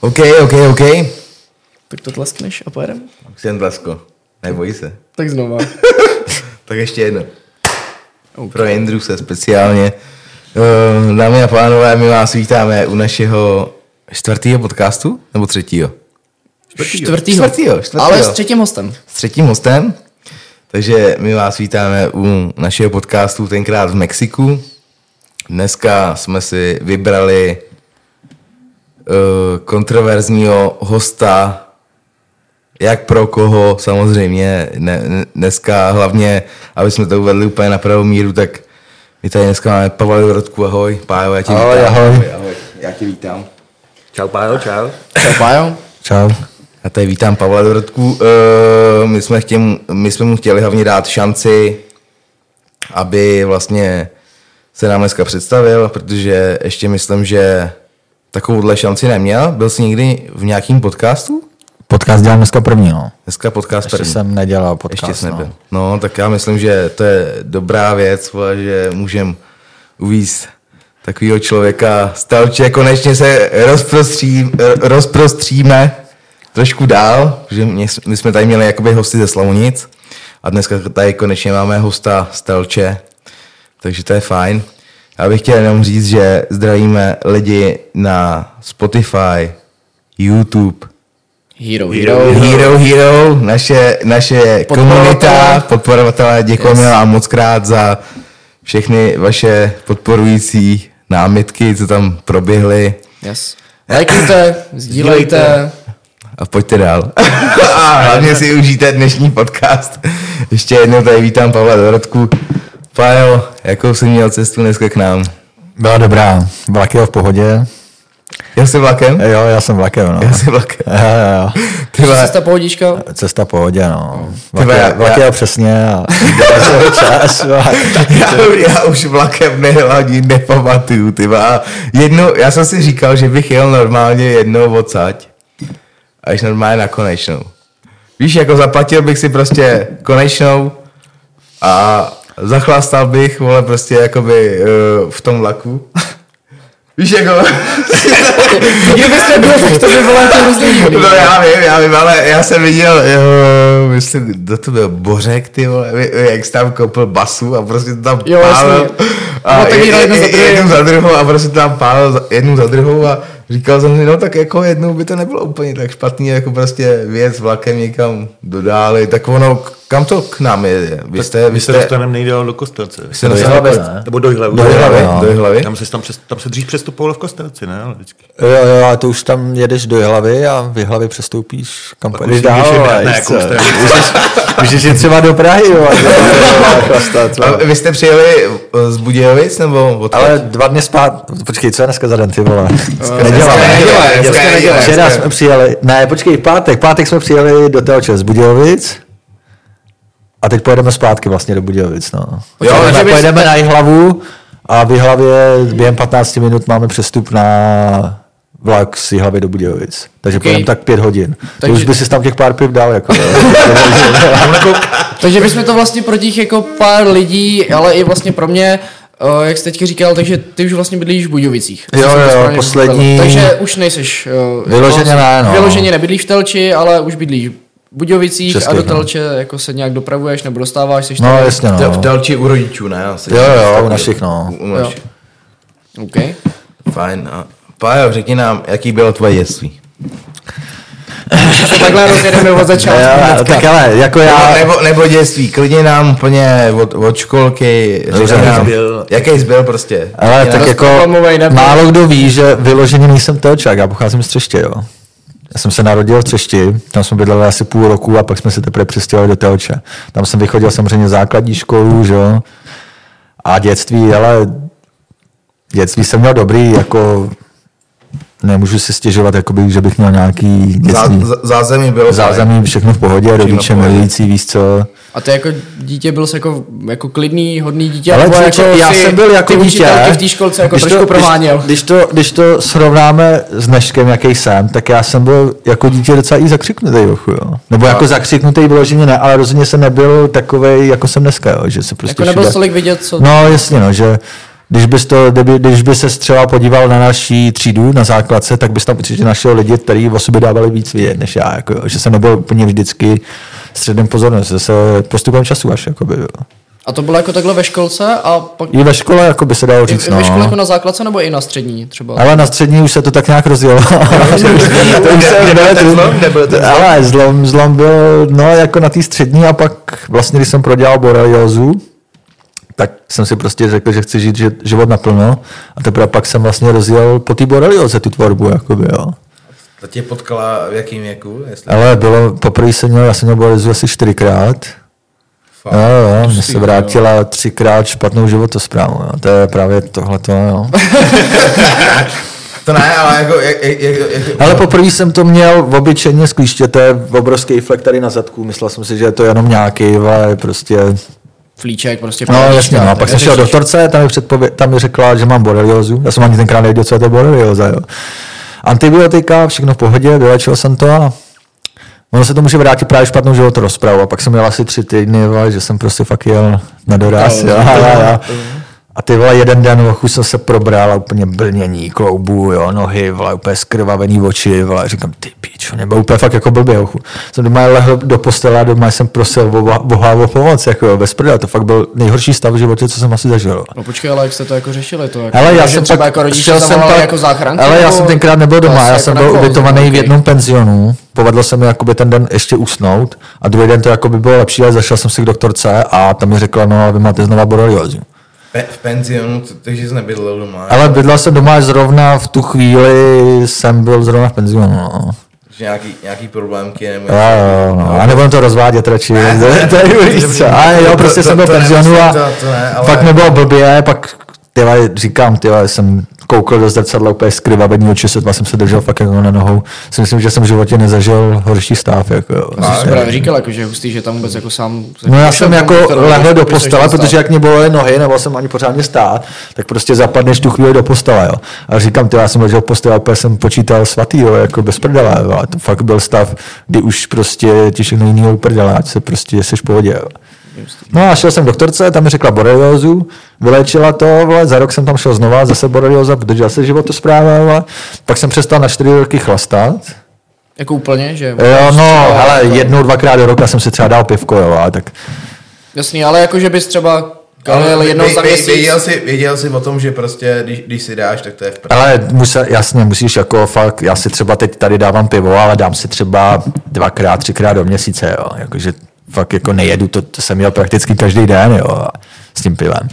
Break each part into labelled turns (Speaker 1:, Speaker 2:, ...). Speaker 1: OK, OK, OK.
Speaker 2: Tak to tleskneš a pojedem.
Speaker 1: Chci jen blesko. Nebojí se.
Speaker 2: Tak znova.
Speaker 1: Tak ještě jedno.
Speaker 2: Okay.
Speaker 1: Pro Andrewse speciálně. Eh, Dámy a pánové, my vás vítáme u našeho čtvrtého podcastu, nebo třetího?
Speaker 2: Čtvrtýho.
Speaker 1: Čtvrtýho, čtvrtýho.
Speaker 2: Ale s třetím hostem.
Speaker 1: S třetím hostem. Takže my vás vítáme u našeho podcastu tenkrát v Mexiku. Dneska jsme si vybrali eh, kontroverzního hosta, jak pro koho, samozřejmě ne, ne- dneska hlavně, aby jsme to uvedli úplně na pravou míru, tak my tady dneska máme Pavla Vrodku, ahoj, Pájo, já tě
Speaker 3: Ahoj,
Speaker 1: vítám.
Speaker 3: ahoj.
Speaker 1: ahoj, já tě vítám.
Speaker 3: Čau Pájo, čau.
Speaker 2: Čau, Pájo.
Speaker 1: Čau. Já tady vítám Pavla Dorotku. Eh, My jsme, chtěm, my jsme mu chtěli hlavně dát šanci, aby vlastně se nám dneska představil, protože ještě myslím, že takovouhle šanci neměl. Byl jsi někdy v nějakém podcastu?
Speaker 3: Podcast dělám dneska první, no.
Speaker 1: Dneska podcast
Speaker 3: Ještě
Speaker 1: první.
Speaker 3: jsem nedělal podcast,
Speaker 1: Ještě jsi nebyl.
Speaker 3: No.
Speaker 1: No, tak já myslím, že to je dobrá věc, vole, že můžem uvíz takového člověka. Stalče, konečně se rozprostří, eh, rozprostříme trošku dál, že mě, my jsme tady měli jakoby hosty ze Slavonic a dneska tady konečně máme hosta Stelče, takže to je fajn. Já bych chtěl jenom říct, že zdravíme lidi na Spotify, YouTube,
Speaker 2: Hero, hero.
Speaker 1: Hero Hero, naše, naše
Speaker 2: Podporovatelé.
Speaker 1: komunita, podporovatelé, děkujeme yes. vám moc krát za všechny vaše podporující námitky, co tam proběhly
Speaker 2: Yes. Lajkujte, sdílejte.
Speaker 1: a pojďte dál. a hlavně si užijte dnešní podcast. Ještě jednou tady vítám Pavla Dorotku. Pájo, jakou jsi měl cestu dneska k nám?
Speaker 3: Byla dobrá, vlak je v pohodě.
Speaker 1: Já jsem vlakem?
Speaker 3: Jo, já jsem vlakem, no.
Speaker 1: Já jsem vlakem.
Speaker 3: Jo, jo, jo.
Speaker 1: Ty vole,
Speaker 2: Cesta pohodička.
Speaker 3: Cesta v pohodě, no.
Speaker 1: Tebe,
Speaker 3: Vlak
Speaker 1: já-
Speaker 3: je, vlak je přesně a dorazil čas. no.
Speaker 1: Já, já už vlakem nehladí, nepamatuju, ty vole. A Jednou, já jsem si říkal, že bych jel normálně jednou odsaď. Až normálně na konečnou. Víš, jako zaplatil bych si prostě konečnou a zachlastal bych, vole, prostě jakoby uh, v tom vlaku. Víš, jako...
Speaker 2: Kdybyste byl, tak to by bylo jako to rozdíl.
Speaker 1: No já vím, já vím, ale já jsem viděl, jo, myslím, kdo to byl, Bořek, ty vole, jak jsi tam koupil basu a prostě to tam
Speaker 2: Jo,
Speaker 1: pálil.
Speaker 2: jasně.
Speaker 1: A
Speaker 2: No, tak
Speaker 1: je-
Speaker 2: jedno
Speaker 1: je-
Speaker 2: za druhým.
Speaker 1: jednu za druhou a prostě to tam pálil za- jednu za druhou a říkal jsem si, no tak jako jednou by to nebylo úplně tak špatný, jako prostě věc vlakem někam dodáli, tak ono, k- kam to k nám je? Vy jste,
Speaker 4: Vy jste dostanem nejdál do kostelce.
Speaker 1: jste
Speaker 3: Do
Speaker 1: dostali-
Speaker 3: Jihlavy, ne?
Speaker 4: Nebo do hlavy.
Speaker 1: do hlavy,
Speaker 3: no.
Speaker 1: do hlavy.
Speaker 4: Tam se, tam, přes, tam se dřív přestupovalo v kostelci, ne? Ale vždycky.
Speaker 3: Jo, jo, a to už tam jedeš do hlavy a v hlavy přestoupíš kam
Speaker 4: už
Speaker 3: půjdeš
Speaker 4: si můžeš
Speaker 3: dál.
Speaker 4: vybrat,
Speaker 3: ale
Speaker 4: na
Speaker 3: víš
Speaker 4: jakou
Speaker 3: co.
Speaker 4: stranu.
Speaker 3: Můžeš- Můžeš jít třeba do Prahy, jako jo. a- Chlastat, jo. jako
Speaker 1: A vy jste přijeli eh, z Budějovic nebo odkud?
Speaker 3: Ale dva dny spát, počkej, co je dneska za den, ty vole? Nedělám.
Speaker 1: Dneska neděle, dneska neděle,
Speaker 3: Včera
Speaker 1: dneska-
Speaker 3: jsme přijeli, ne, počkej, pátek, pátek jsme přijeli do Telče z Budějovic. A teď pojedeme zpátky vlastně do Budějovic, no.
Speaker 1: Jo,
Speaker 3: Jo,
Speaker 1: takže
Speaker 3: takže
Speaker 1: vy
Speaker 3: pojedeme na Jihlavu a v Jihlavě během 15 minut máme přestup na vlak z Jihlavy do Budějovic. Takže
Speaker 2: Ok.
Speaker 3: pojedeme tak pět hodin. Takže...
Speaker 2: Takže-
Speaker 3: To už by si tam těch pár piv dal, jako. jo.
Speaker 2: Takže bychom to vlastně pro těch jako pár lidí, ale i vlastně pro mě, eh, jak jsi teďka říkal, takže ty už vlastně bydlíš v Budějovicích.
Speaker 3: Jo,
Speaker 2: Jestli jsem to
Speaker 3: jo,
Speaker 2: správně pochopil.
Speaker 3: poslední-
Speaker 2: Takže už nejseš... eh,
Speaker 3: Vyloženě
Speaker 2: jako-
Speaker 3: ne, no.
Speaker 2: Vyloženě nebydlíš v Telči, ale už bydlíš v Budějovicích
Speaker 3: Českých,
Speaker 2: a do
Speaker 3: no.
Speaker 2: Telče jako se nějak dopravuješ nebo dostáváš, jsi
Speaker 3: No,
Speaker 2: tady-
Speaker 3: jasně,
Speaker 1: V Del- V
Speaker 3: no.
Speaker 1: Delči u rodičů, ne? Asi.
Speaker 3: Jo, jo, u našich, no.
Speaker 1: U, u našich.
Speaker 2: OK.
Speaker 1: Fajn. A Pájo, řekni nám, jaký bylo tvoje dětství?
Speaker 2: To takhle rozjedeme od začátku.
Speaker 3: Já, tak ale, jako já...
Speaker 1: Já... Nebo, nebo dětství, klidně nám úplně od, od školky,
Speaker 3: Dobře,
Speaker 1: řekni
Speaker 3: jaký
Speaker 1: nám,
Speaker 3: jsi
Speaker 4: byl?
Speaker 1: jaký jsi byl prostě.
Speaker 3: Ale
Speaker 1: Řekni
Speaker 3: tak
Speaker 1: nám.
Speaker 3: jako
Speaker 2: Rozklamovej nebyl.
Speaker 3: málo kdo ví, že vyloženě nejsem Telčák, já pocházím z Třeště, jo. Já jsem se narodil v Třešti, tam jsme bydleli asi půl roku a pak jsme se teprve přestěhovali do Telče. Tam jsem vychodil samozřejmě základní školu, že jo. A dětství, ale dětství jsem měl dobrý, jako nemůžu si stěžovat, jakoby, že bych měl nějaký dětství.
Speaker 1: Zá, z- zázemí bylo fajn.
Speaker 3: Zázemí, všechno v pohodě, rodiče
Speaker 1: pohodě.
Speaker 3: milující, víš co.
Speaker 2: A ty jako dítě byl jsi jako, jako klidný, hodný dítě.
Speaker 3: Ale
Speaker 2: nebo
Speaker 3: jako,
Speaker 2: jako
Speaker 3: já
Speaker 2: ty-
Speaker 3: jsem byl jako
Speaker 2: ty
Speaker 3: dítě.
Speaker 2: učitelky v té školce jako trošku prováněl.
Speaker 3: Když, když, to, když to srovnáme s dneškem, jaký jsem, tak já jsem byl jako dítě docela i zakřiknutý, trochu, jo. Nebo jako zakřiknutý vyloženě ne, ale rozhodně jsem nebyl takovej, jako jsem dneska, jo, že se prostě
Speaker 2: jako nebyl
Speaker 3: všude-
Speaker 2: tolik vidět, co...
Speaker 3: No jasně, no, že Když bys, to, kdyby, když by se třeba podíval na naší třídu na základce, tak bys tam určitě našel lidi, kteří o sobě dávali víc vědět než já. Jako, jo. že jsem nebyl úplně vždycky středem pozornosti, se postupem času až. Jakoby, jo.
Speaker 2: A to bylo jako takhle ve školce a pak
Speaker 3: I ve škole jako by se dalo
Speaker 2: i,
Speaker 3: říct.
Speaker 2: i ve škole jako
Speaker 3: no.
Speaker 2: na základce nebo i na střední třeba?
Speaker 3: Ale na střední už se to tak nějak rozjelo. to už se
Speaker 1: Nebyl ten zlom, nebyl ten zlom.
Speaker 3: Ale zlom, zlom byl, no, jako na té střední a pak vlastně, když jsem prodělal boreliozu, tak jsem si prostě řekl, že chci žít že, život naplno a teprve pak jsem vlastně rozjel po té borelioze tu tvorbu, jakoby, jo.
Speaker 1: To tě potkala v jakým věku? Jestli...
Speaker 3: Ale bylo, poprvé jsem měl, já jsem měl boreliozu asi čtyřikrát.
Speaker 1: Fakt.
Speaker 3: Jo, jo, mě se vrátila třikrát špatnou životosprávu, jo. To je právě tohleto, jo.
Speaker 1: To ne, ale jako... Jak, jak, jak, jak...
Speaker 3: Ale poprvé jsem to měl v obyčejně z klíštěte, v obrovský flek tady na zadku. Myslel jsem si, že je to jenom nějaký, ale prostě...
Speaker 2: Flíček prostě.
Speaker 3: No
Speaker 2: pálíčka,
Speaker 3: jasně, no. A pak jsem
Speaker 2: takže
Speaker 3: šel
Speaker 2: řešíš.
Speaker 3: doktorce, tam mi, předpově... tam mi řekla, že mám boreliozu. Já jsem ani tenkrát nevěděl, co je to borelioza, jo. Antibiotika, všechno v pohodě, vylečil jsem to a Ono se to může vrátit právě špatnou život rozpravu. A pak jsem jel asi tři týdny, vole, že jsem prostě fakt jel na doraz. jo, jo, jo. A ty vole, jeden den vochu jsem se probral a úplně brnění kloubu, jo, nohy, vole, úplně skrvavený oči, vole, říkám, ty píčo, nebo úplně fakt jako blbě, vochu. Jsem doma lehl do postele a doma jsem prosil Boha- Boha o pomoc, jako jo, bez prdele. To fakt byl nejhorší stav v životě, co jsem asi zažil.
Speaker 2: No počkej, ale jak jste to jako řešili? To jako,
Speaker 3: Ale já
Speaker 2: že
Speaker 3: jsem
Speaker 2: třeba
Speaker 3: pak,
Speaker 2: jako rodiče
Speaker 3: šel jsem
Speaker 2: zavolali
Speaker 3: pak,
Speaker 2: jako záchranku.
Speaker 3: ale já
Speaker 2: nebo-
Speaker 3: jsem tenkrát nebyl
Speaker 2: To
Speaker 3: doma,
Speaker 2: asi
Speaker 3: já
Speaker 2: jako
Speaker 3: jsem
Speaker 2: na
Speaker 3: byl
Speaker 2: kouzlo,
Speaker 3: ubytovaný v
Speaker 2: ok.
Speaker 3: jednom penzionu, povedlo se mi jakoby ten den ještě usnout a druhý den to jakoby bylo lepší, ale zašel jsem si k doktorce a tam mi řekla, no a vy máte znova boreliozu.
Speaker 1: Pe- v penzionu, t- takže jsi nebydlel doma.
Speaker 3: Ale bydlel jsem doma až zrovna v tu chvíli jsem byl zrovna v penzionu, no.
Speaker 1: Že nějaký, nějaký problémky nebo...
Speaker 3: Jo, jo, no. A nebudem to rozvádět radši.
Speaker 1: ne,
Speaker 3: To je
Speaker 1: ne,
Speaker 3: víc,
Speaker 1: ne,
Speaker 3: co.
Speaker 1: ne,
Speaker 3: Ale
Speaker 1: to-
Speaker 3: jo,
Speaker 1: to-
Speaker 3: prostě
Speaker 1: to-
Speaker 3: jsem byl
Speaker 1: to
Speaker 3: penzionu a
Speaker 1: nemyslím, to- to ne, ale-
Speaker 3: pak mi bylo blbě, pak tyhle, říkám, tyhle, jsem koukal do zrcadla úplně skrvavení oči, sotva jsem se držel fakt jako na nohou. Si myslím, že jsem v životě nezažil horší stav. Jako, jo.
Speaker 2: To jsi právě říkal, jako, že je hustý, že tam vůbec jako sám...
Speaker 3: No já jsem
Speaker 2: Šel
Speaker 3: jako
Speaker 2: tam, kterou máš,
Speaker 3: lehl do
Speaker 2: popisuješ
Speaker 3: postele,
Speaker 2: ten stav.
Speaker 3: protože jak mě bolely nohy, nebo jsem ani pořádně stát, tak prostě zapadneš tu chvíli do postele, jo. A říkám, ty, já jsem ležel v postele, úplně jsem počítal svatý, jo, jako bez prdele, jo. A to fakt byl stav, kdy už prostě ti všechno jiného uprdele, ať se prostě seš v pohodě, jo. No a šel jsem k doktorce, tam mi řekla boreliozu, vyléčila to, vole, za rok jsem tam šel znova, zase borelioza, držel se životospráva, vole. pak jsem přestal na čtyři roky chlastat,
Speaker 2: Jako úplně, že... prostě-
Speaker 3: jo, no, hele, jednou, dvakrát do roka jsem si třeba dal pivko, jo, a tak
Speaker 2: Jasný, ale jako, že bys třeba kalil jednou
Speaker 1: Vě-
Speaker 2: za
Speaker 1: vě-
Speaker 2: měsíc.
Speaker 1: Věděl jsi, věděl jsi o tom, že prostě, když, když si dáš, tak to je v pr...
Speaker 3: Ale musel, jasně, musíš jako fakt, já si třeba teď tady dávám pivo, ale dám si třeba dvakrát, třikrát do měsíce, jo. Jakože fakt jako nejedu, to, to jsem měl prakticky každý den, jo, s tím pivem.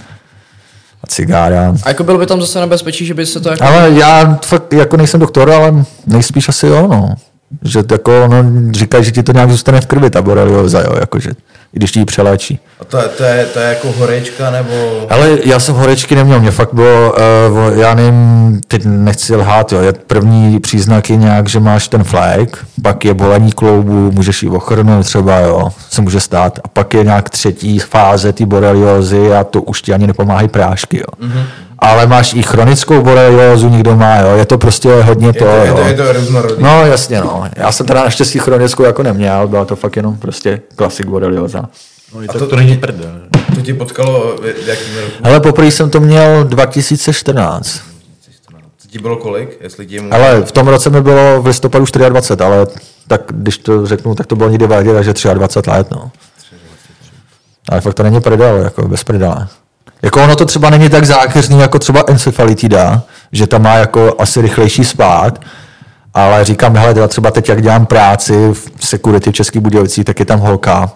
Speaker 3: A cigára.
Speaker 2: A jako byl by tam zase nebezpečí, že by se to jako...
Speaker 3: Ale já fakt jako nejsem doktor, ale nejspíš asi jo, no. Že jako, no, říkají, že ti to nějak zůstane v krvi, ta borelioza, jo, jakože, i když ti ji přeléčí.
Speaker 1: A to, je- to, je, to je jako horečka nebo...
Speaker 3: Ale já jsem horečky neměl, mě fakt bylo, uh, já nevím, teď nechci lhát, jo, je- první příznak je nějak, že máš ten flek, pak je bolení kloubu, můžeš ji ochrnout třeba, jo, se může stát, a pak je nějak třetí fáze ty boreliozy a to už ti ani nepomáhají prášky, jo.
Speaker 1: Mhm.
Speaker 3: Mm-hmm. Ale máš i chronickou boreliozu, někdo má, jo, je to prostě hodně to,
Speaker 1: je, to, je,
Speaker 3: jo.
Speaker 1: to, je to různorodý.
Speaker 3: No jasně, no. Já jsem teda naštěstí chronickou jako neměl, byla to fakt jenom prostě klasik borelioza.
Speaker 4: No, to, to, to není prdel.
Speaker 1: To tě potkalo v v jakým roku?
Speaker 3: Ale poprvé jsem to měl 2014.
Speaker 1: To ti bylo kolik, jestli ti mu...
Speaker 3: Ale v tom roce mi bylo v listopadu 24, ale tak když to řeknu, tak to bylo někdy vádět, takže 23 let, no. Ale fakt to není prdel, jako bez prdele. Jako ono to třeba není tak zákeřný, jako třeba encefalitida, že tam má jako asi rychlejší spát, ale říkám, hele, já třeba teď, jak dělám práci v security v Českých Budějovicích, tak je tam holka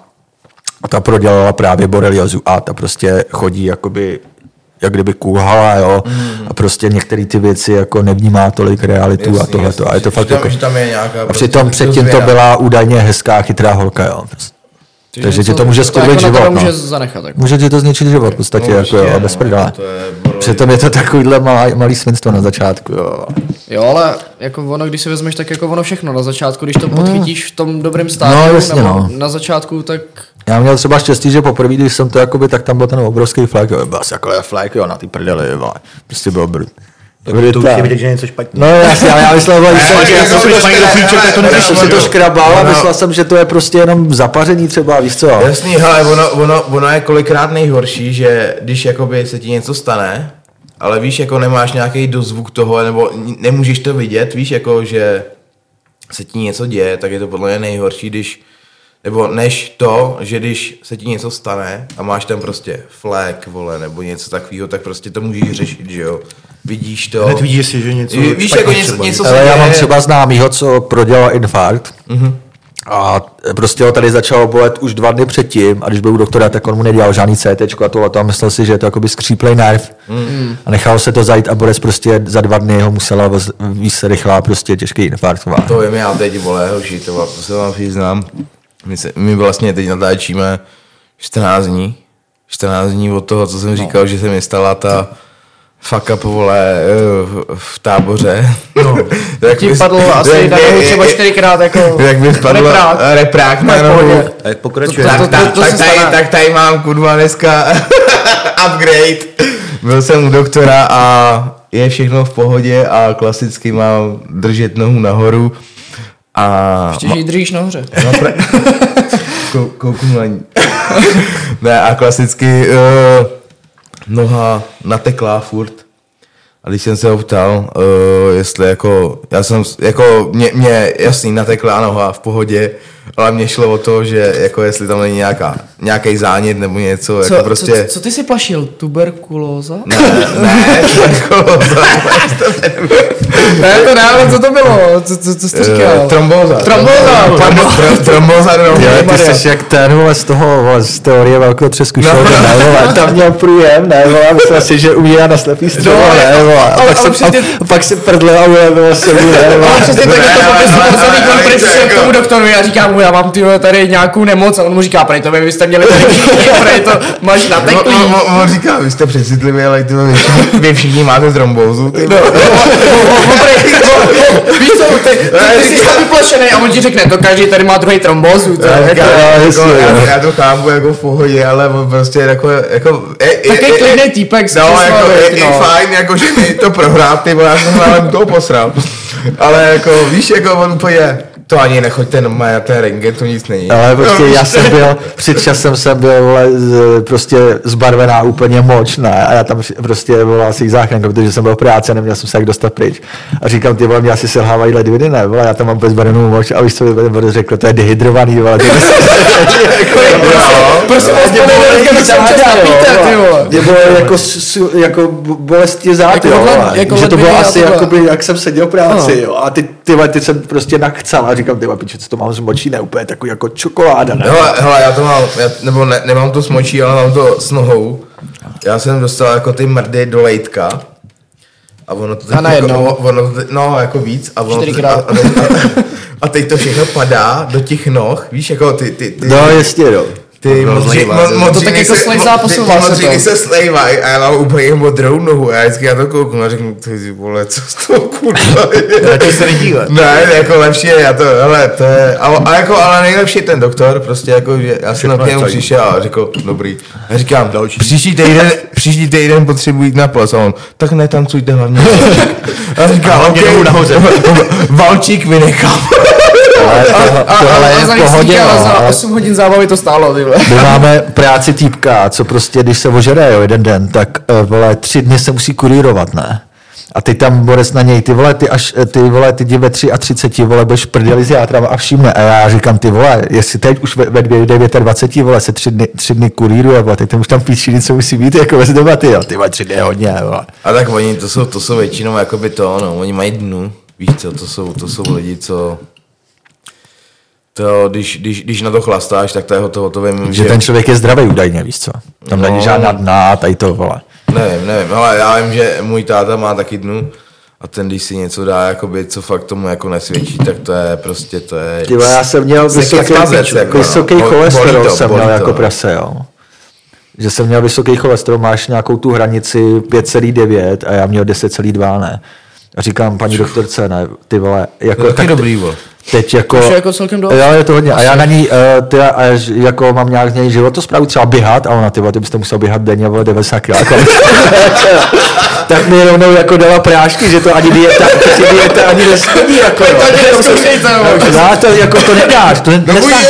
Speaker 3: a ta prodělala právě boreliozu a ta prostě chodí jakoby jak kdyby kůhala, jo,
Speaker 1: Mhm.
Speaker 3: a prostě některé ty věci jako nevnímá tolik realitu a tohle a je to fakt
Speaker 1: že,
Speaker 3: jako...
Speaker 1: tam, že tam je nějaká...
Speaker 3: A přitom
Speaker 1: prostě
Speaker 3: předtím to
Speaker 1: dozvěda.
Speaker 3: byla údajně hezká, chytrá holka, jo. Takže ti to může skurvit
Speaker 2: jako na tebe
Speaker 3: život,
Speaker 2: může
Speaker 3: no.
Speaker 2: zanechat. Jako.
Speaker 3: Může ti to zničit život v podstatě,
Speaker 1: No,
Speaker 3: jako jo,
Speaker 1: určitě,
Speaker 3: bez
Speaker 1: no,
Speaker 3: prdele.
Speaker 1: to je borelioza.
Speaker 3: Přitom je to takovýhle malý, malý svinstvo na začátku, jo.
Speaker 2: Jo, ale jako ono, když si vezmeš, tak jako ono všechno na začátku, když to podchytíš v tom dobrém stádiu,
Speaker 3: No, jasně,
Speaker 2: nebo
Speaker 3: no.
Speaker 2: na začátku, tak
Speaker 3: Já měl třeba štěstí, že poprvé, když jsem to jakoby, tak tam byl ten obrovský flek, jo, byl jako flek, jo, na ty prdely, jo, prostě byl brud.
Speaker 4: To už je vidět, že je něco špatně.
Speaker 3: No jasně, ale já myslel, že jsem, že
Speaker 1: já
Speaker 3: já
Speaker 1: jsem
Speaker 3: jsem
Speaker 1: si špatně do klíček, tak to
Speaker 3: já
Speaker 1: nevyšlo,
Speaker 3: jsem si
Speaker 1: jo.
Speaker 3: to škrabal a myslel jsem, že to je prostě jenom zapaření třeba, víš co?
Speaker 1: Jasný, hele, ono, ono, ono je kolikrát nejhorší, že když jakoby se ti něco stane ale víš, jako nemáš nějaký dozvuk toho, nebo n- nemůžeš to vidět, víš, jako že se ti něco děje, tak je to podle mě nejhorší, když, nebo než to, že když se ti něco stane a máš tam prostě flek, vole, nebo něco takového, tak prostě to můžeš řešit, že jo. Vidíš to.
Speaker 4: Hned vidíš, jestli, že něco
Speaker 1: Víš,
Speaker 4: špatně
Speaker 1: jako něco,
Speaker 4: třeba.
Speaker 1: něco se
Speaker 3: Ale já mám
Speaker 1: děje.
Speaker 3: třeba známýho, co prodělal infarkt. Mm-hmm. A prostě ho tady začalo bolet už dva dny předtím a když byl u doktora, tak on mu nedělal žádný CT a tohle a myslel si, že je to jakoby skříplej nerv mm. a nechal se to zajít a bolest prostě za dva dny ho musela vz- víc rychlá prostě těžký infarkt. vole.
Speaker 1: To vím já teď, vole, hoši, to, vám- to se vám přiznám. My, se, my vlastně teď natáčíme 14 dní. 14 dní od toho, co
Speaker 2: No.
Speaker 1: jsem říkal, že se mi stala ta fuck up, vole, eh, v- v táboře. No, tak
Speaker 2: Ti
Speaker 1: mi-
Speaker 2: padlo
Speaker 1: tak
Speaker 2: asi
Speaker 1: mi-
Speaker 2: na nohu třeba čtyřikrát jako
Speaker 1: Jak mi spadl
Speaker 2: reprák.
Speaker 1: reprák
Speaker 2: To
Speaker 1: na
Speaker 2: je v
Speaker 1: nohu.
Speaker 2: pohodě.
Speaker 4: Tak
Speaker 2: To-
Speaker 4: pokračuje.
Speaker 2: to-
Speaker 1: Tak, tak,
Speaker 2: se
Speaker 1: tak, tady,
Speaker 2: stane.
Speaker 1: tak tady mám kurva dneska upgrade. Byl jsem u doktora a je všechno v pohodě a klasicky mám držet nohu nahoru. A
Speaker 2: Ještě, že ji držíš nahoře.
Speaker 1: No, pre... Kou, kouknu na ní. ne, a klasicky uh, noha nateklá furt. A když jsem se ho ptal, uh, jestli jako, já jsem, s- jako mě, mě jasný nateklá noha v pohodě, ale mě šlo o to, že jako jestli tam není nějaká, nějaký zánět nebo něco,
Speaker 2: Co,
Speaker 1: jako prostě... No.
Speaker 2: co, co ty si plašil? Tuberkulóza?
Speaker 1: Ne, ne, jako,
Speaker 2: Ne, to ne, ale co to bylo? Co, co, co jsi to
Speaker 1: eh,
Speaker 2: říkal?
Speaker 1: trombóza.
Speaker 2: Trombóza,
Speaker 1: Pardon, tro- trombóza do nohy.
Speaker 3: Jo, ty
Speaker 2: Maria.
Speaker 3: jsi jak ten, vole, z toho, vole, z teorie velkého přeskušel,
Speaker 1: No.
Speaker 3: no, ne, vole, tam měl průjem, ne, vole, myslel si, že umírá na slepý střelo,
Speaker 2: No,
Speaker 3: ne, vole, a
Speaker 2: ale-
Speaker 3: pak,
Speaker 2: ale
Speaker 3: jsem, a,
Speaker 2: přesně-
Speaker 3: a, pak jsem prdlil a ulevil se mu, ne,
Speaker 2: Ale
Speaker 3: vole.
Speaker 2: přesně takhle
Speaker 1: Ne,
Speaker 2: to
Speaker 1: ale- ale-
Speaker 2: prostě popisuje
Speaker 1: ale-
Speaker 2: celý
Speaker 1: ale- jako-
Speaker 2: konflikt
Speaker 1: ale-
Speaker 2: šel k tomu doktorovi. Já říkám mu, já mám ty vole, tady nějakou nemoc a on mu říká, prej to vy jste měli tady, jako prej to máš
Speaker 1: On,
Speaker 2: nateklý.
Speaker 1: No, on, on, on říká, vy jste přecitliví, ale ty, vy, všichni, vy všichni máte trombózu. Ty.
Speaker 2: No, no, no, no, prej, no, no, Víš co, ty, ty, ty jsi tam vyplašený a on ti řekne, to každý tady má druhý trombózu. to je-
Speaker 1: Já,
Speaker 3: to-
Speaker 1: já,
Speaker 3: jasně,
Speaker 1: jako, já,
Speaker 3: jo.
Speaker 1: já to chápu jako v pohodě, ale on prostě jako, jako e, e,
Speaker 2: Takový
Speaker 1: e,
Speaker 2: klidný týpek, si
Speaker 1: No,
Speaker 2: to
Speaker 1: jako je,
Speaker 2: slavit,
Speaker 1: je
Speaker 2: no.
Speaker 1: fajn, jako že mi to prohrál, ty vole, já jsem ale toho posral. Ale jako, víš, jako on to je, to ani nechoďte na na ten rengen, to nic není.
Speaker 3: Ale prostě
Speaker 1: No,
Speaker 3: já jsem byl, před časem jsem byl vole, z, prostě zbarvená úplně moč, ne? A já tam vš- prostě volal si jich záchranku, protože jsem byl v práci a neměl jsem se jak dostat pryč. A říkám, ty vole, mě asi selhávají ledviny, ne? Vole, já tam mám bezbarvenou moč a víš, co mi ten řekl, to je dehydrovaný, vole. ty Jako vole.
Speaker 1: No,
Speaker 2: Prosím, vás,
Speaker 3: Mě
Speaker 2: pane
Speaker 3: bolely
Speaker 2: Lenka, tak se občas
Speaker 3: záda, jo,
Speaker 2: napijte, jako ty vole.
Speaker 3: Mě bylo jako, s- s- jako b- bolesti zád,
Speaker 2: Jako
Speaker 3: jo,
Speaker 2: ledviny,
Speaker 3: vole.
Speaker 2: jako
Speaker 3: že to bylo
Speaker 2: ledviny a
Speaker 3: asi,
Speaker 2: tohle.
Speaker 3: jakoby, jak jsem seděl v práci, jo. A ty, ty, vole, ty jsem prostě nakcal a říkám, ty vole, piče, co to mám z močí, ne, úplně takový jako čokoláda, ne?
Speaker 1: Hele, hele, já to mám, já, nebo ne, nemám to s močí, ale mám to s nohou. Já jsem dostal jako ty mrdy do lejtka. A ono to teď
Speaker 2: A najednou.
Speaker 1: Jako, ono to teď, no, jako víc. A, ono to teď, a,
Speaker 2: Čtyřikrát.
Speaker 1: a, a, a, teď to všechno padá do těch noh, víš, jako ty, ty, ty,
Speaker 3: No, jasně, no.
Speaker 1: ty modři,
Speaker 4: rozlejvá se.
Speaker 1: mo, modřiny
Speaker 2: To tak jako
Speaker 1: se- mo-
Speaker 2: slejzá,
Speaker 1: ty-
Speaker 2: posouvá
Speaker 1: ty
Speaker 2: se
Speaker 1: modřiny
Speaker 2: to.
Speaker 1: se slejvají a já mám úplně modrou nohu a já vždycky na to kouknu a řeknu, ty vole, co z toho kurva je?
Speaker 4: Radši No, se nedívat.
Speaker 1: Ne, jako lepší je, já to, hele, to je, a, a jako, ale nejlepší je ten doktor, prostě jako, že já jsem na
Speaker 4: Všechno je
Speaker 1: něm
Speaker 4: celý.
Speaker 1: přišel a řekl, dobrý. Já říkám, další. příští týden, příští týden potřebuji jít na ples a on, tak netancujte hlavně. a říkám,
Speaker 4: hlavně nohu
Speaker 1: ok,
Speaker 4: nahoře."
Speaker 1: valčík vynechám.
Speaker 3: Ale tohle,
Speaker 2: A-
Speaker 3: tohle
Speaker 2: a-
Speaker 3: je
Speaker 2: a za
Speaker 3: v
Speaker 2: nic
Speaker 3: pohodě,
Speaker 2: díky, ale
Speaker 3: no,
Speaker 2: za
Speaker 3: ale
Speaker 2: 8 hodin zábavy to stálo, ty vole.
Speaker 3: my máme práci týpka, co prostě, když se ožere jo, jeden den, tak eh, vole, tři dny se musí kurírovat, ne? A ty tam, Boris, na něj, ty vole, ty, až, eh, ty vole, ty jdi ve 33, vole, budeš prděli s játrama a všimne. A já říkám, ty vole, jestli teď už ve, ve dvě- 29, vole, se tři dny, tři dny kuríruje, vole, tak tam už tam píči něco musí být, jako bez debaty, jo. Ty vole, tři dny je hodně, vole.
Speaker 1: A tak oni, to jsou, to jsou většinou jakoby to, no, oni mají dnu, víš co, to jsou, to jsou lidi, co... To, když, když, když na to chlastáš, tak to je hotovo, to vím,
Speaker 3: Že ten člověk je zdravý údajně, víš co? Tam není
Speaker 1: No.
Speaker 3: žádná dna, tady to, vole.
Speaker 1: Nevím, nevím, ale já vím, že můj táta má taky dnu a ten, když si něco dá, jakoby, co fakt tomu jako nesvědčí, tak to je prostě, to je...
Speaker 3: Ty vole, já jsem měl
Speaker 1: Sek jak
Speaker 3: vysoký,
Speaker 1: mazec, jako, no.
Speaker 3: vysoký
Speaker 1: Bo-
Speaker 3: cholesterol
Speaker 1: bolí to,
Speaker 3: jsem
Speaker 1: bolí
Speaker 3: měl
Speaker 1: to,
Speaker 3: jako
Speaker 1: no.
Speaker 3: prase, jo. Že jsem měl vysoký cholesterol, máš nějakou tu hranici 5,9 a já měl 10,2, ne. A říkám paní doktorce, ne, ty vole, jako...
Speaker 1: To je taky
Speaker 3: tak,
Speaker 1: dobrý, vole.
Speaker 3: Teď jako...
Speaker 2: Už je jako celkem dost.
Speaker 3: Jo, je to hodně. A já na ní, uh, teda, a ž- jako mám nějak z něj životosprávu, třeba běhat, a ona, ty vole, ty byste musel běhat denně, vole, 90 kg. tak mi rovnou jako dala prášky, že to ani dieta, že ti dieta ani neschodí, jako jo. Já to jako to nedáš, to nestáš,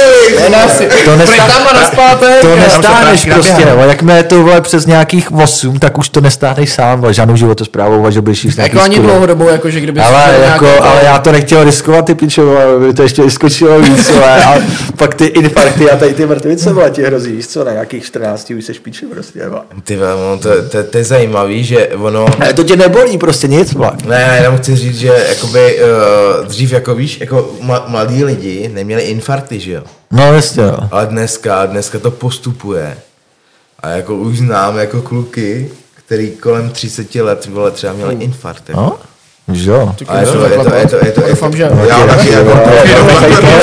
Speaker 3: to nestáš, to nestáneš prostě, nebo jakmile je to vole přes nějakých 8, tak už to nestáneš sám, vole, žádnou životosprávou, vole, že budeš jíst nějaký
Speaker 2: Jako ani
Speaker 3: skvělý.
Speaker 2: dlouhodobou, jako že kdyby
Speaker 3: Ale,
Speaker 2: měl
Speaker 3: jako,
Speaker 2: nějakou-
Speaker 3: ale já to nechtěl riskovat, ty pičo, vole, by to ještě vyskočilo víc, vole, a pak ty infarkty a tady ty mrtvice, vole, ti hrozí, víš co, na nějakých 14 už seš piči prostě, vole.
Speaker 1: Ty vole, ono, to, to, to, je zajímavý, že ono...
Speaker 3: Ale to tě nebolí prostě nic, vole.
Speaker 1: Ne, já jenom chci říct, že jakoby, uh, dřív, jako víš, jako ma- mladí lidi neměli infarkty, že jo?
Speaker 3: No jasně, no.
Speaker 1: Ale dneska, dneska to postupuje. A jako už znám jako kluky, který kolem 30 let vole, třeba měli infarkt. Jako.
Speaker 3: no? Víš, jo.
Speaker 1: A je to, je to, je to, je to, je to,
Speaker 2: Doufám, že-
Speaker 1: já taky jako